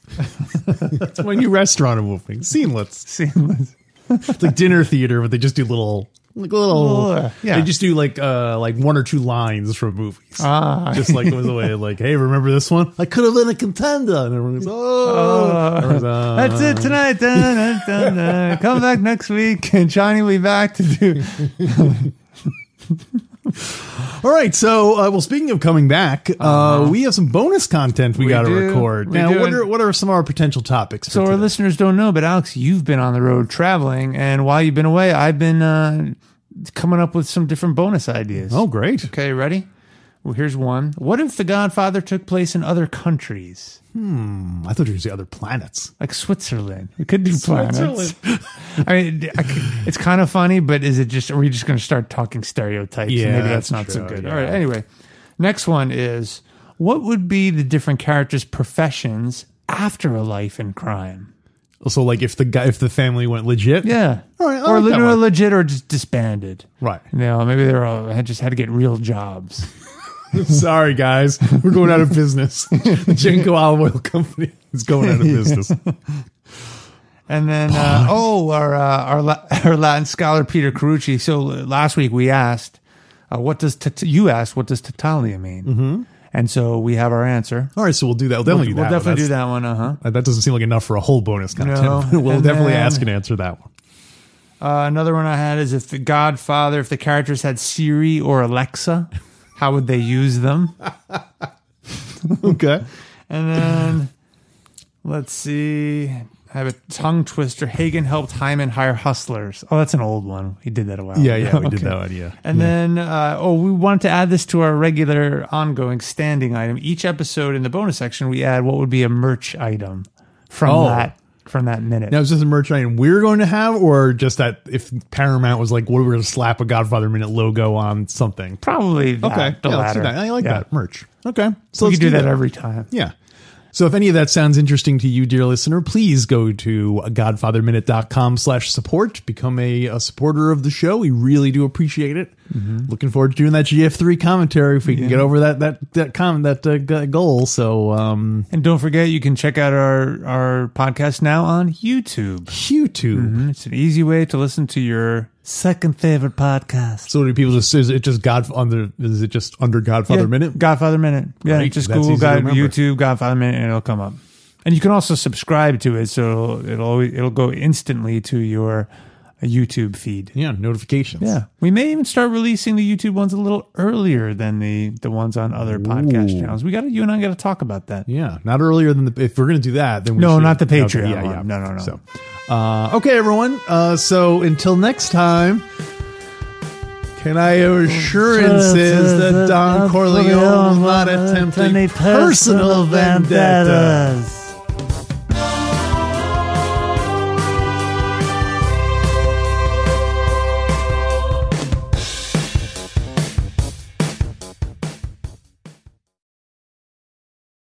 Speaker 1: That's my new restaurant I'm opening. Scenelets.
Speaker 2: Seamless.
Speaker 1: It's like dinner theater, but they just do little, like little.
Speaker 2: Little, yeah.
Speaker 1: They just do like uh like one or two lines from movies.
Speaker 2: Ah.
Speaker 1: Just like it was the way like, hey, remember this one? I could have been a contender, and everyone's oh. Everyone's, uh,
Speaker 2: Ah. That's it tonight. Dun, dun, dun, dun. Come back next week, and Johnny will be back to do.
Speaker 1: All right, so uh, well, speaking of coming back, uh, we have some bonus content we, got to
Speaker 2: Uh-huh. do.
Speaker 1: record.
Speaker 2: We
Speaker 1: now,
Speaker 2: do.
Speaker 1: what are what are some of our potential topics? for
Speaker 2: So our
Speaker 1: today?
Speaker 2: listeners don't know, but Alex, you've been on the road traveling, and while you've been away, I've been uh, coming up with some different bonus ideas.
Speaker 1: oh, great.
Speaker 2: okay, ready? Well, here's one. What if The Godfather took place in other countries,
Speaker 1: I thought you were the other planets.
Speaker 2: like Switzerland? We could do planets. I mean, I could- it's kind of funny, but is it just? Are we just going to start talking stereotypes?
Speaker 1: Yeah,
Speaker 2: maybe that's,
Speaker 1: that's
Speaker 2: not so
Speaker 1: true,
Speaker 2: good.
Speaker 1: yeah.
Speaker 2: All right. Anyway, next one is what would be the different characters' professions after a life in crime?
Speaker 1: So, like, if the guy, if the family went legit,
Speaker 2: Yeah.
Speaker 1: All right, I
Speaker 2: or
Speaker 1: like that
Speaker 2: literally
Speaker 1: one.
Speaker 2: legit or just disbanded.
Speaker 1: right.
Speaker 2: You know, maybe they were all, had just had to get real jobs.
Speaker 1: Sorry, guys. We're going out of business. The Jenko Olive Oil Company is going out of business.
Speaker 2: And then, uh, oh, our, uh, our, La- our Latin scholar, Peter Carucci. So uh, last week we asked, uh, what does, tat- you asked, what does Tatalia mean? Mm-hmm. And so we have our answer.
Speaker 1: All right, so we'll do that. We'll definitely
Speaker 2: we'll
Speaker 1: do that. one.
Speaker 2: definitely do
Speaker 1: That's-
Speaker 2: that one. Uh-huh.
Speaker 1: uh, That doesn't seem like enough for a whole bonus content.
Speaker 2: No.
Speaker 1: but we'll
Speaker 2: And
Speaker 1: definitely
Speaker 2: then-
Speaker 1: ask and answer that one.
Speaker 2: Uh, another one I had is if the Godfather, if the characters had Siri or Alexa, how would they use them?
Speaker 1: Okay.
Speaker 2: And then let's see. I have a tongue twister. Hagen helped Hyman hire hustlers. Oh, that's an old one. He did that a while.
Speaker 1: Yeah,
Speaker 2: ago.
Speaker 1: yeah, we did
Speaker 2: Okay.
Speaker 1: that one. Yeah.
Speaker 2: And then, uh, oh, we wanted to add this to our regular ongoing standing item. Each episode in the bonus section, we add what would be a merch item from
Speaker 1: Oh.
Speaker 2: that from that minute.
Speaker 1: Now, is this a merch item we're going to have, or just that if Paramount was like, what, we're going to slap a Godfather Minute logo on something?
Speaker 2: Probably that,
Speaker 1: Okay.
Speaker 2: Ah, the
Speaker 1: yeah, let's do
Speaker 2: latter.
Speaker 1: that. I like
Speaker 2: Yeah.
Speaker 1: that merch. Okay. So
Speaker 2: we
Speaker 1: let's
Speaker 2: could do that every time.
Speaker 1: Yeah. So if any of that sounds interesting to you, dear listener, please go to godfatherminute.com slash support. Become a, a supporter of the show. We really do appreciate it.
Speaker 2: Mm-hmm.
Speaker 1: Looking forward to doing that GF3 commentary if we can get over that that that com- that uh, g- goal. So um
Speaker 2: And don't forget, you can check out our our podcast now on YouTube.
Speaker 1: YouTube.
Speaker 2: Mm, It's an easy way to listen to your second favorite podcast.
Speaker 1: So do people just is it just God on the is it just under Godfather
Speaker 2: Yeah,
Speaker 1: Minute?
Speaker 2: Godfather Minute. Yeah,
Speaker 1: Great.
Speaker 2: just
Speaker 1: That's
Speaker 2: Google
Speaker 1: easy to
Speaker 2: God,
Speaker 1: remember.
Speaker 2: YouTube Godfather Minute, and it'll come up. And you can also subscribe to it, so it'll it'll, always, it'll go instantly to your YouTube feed.
Speaker 1: Yeah, notifications.
Speaker 2: Yeah, we may even start releasing the YouTube ones a little earlier than the the ones on other podcast channels. We got to you and I got to talk about that.
Speaker 1: Yeah, not earlier than the. If we're gonna do that, then we
Speaker 2: No,
Speaker 1: should-
Speaker 2: not the Patreon
Speaker 1: yeah,
Speaker 2: one.
Speaker 1: yeah.
Speaker 2: No, no, no.
Speaker 1: So, uh, okay, everyone. Uh, so until next time, can I have assurances that Don Corleone will not attempt a personal vendetta?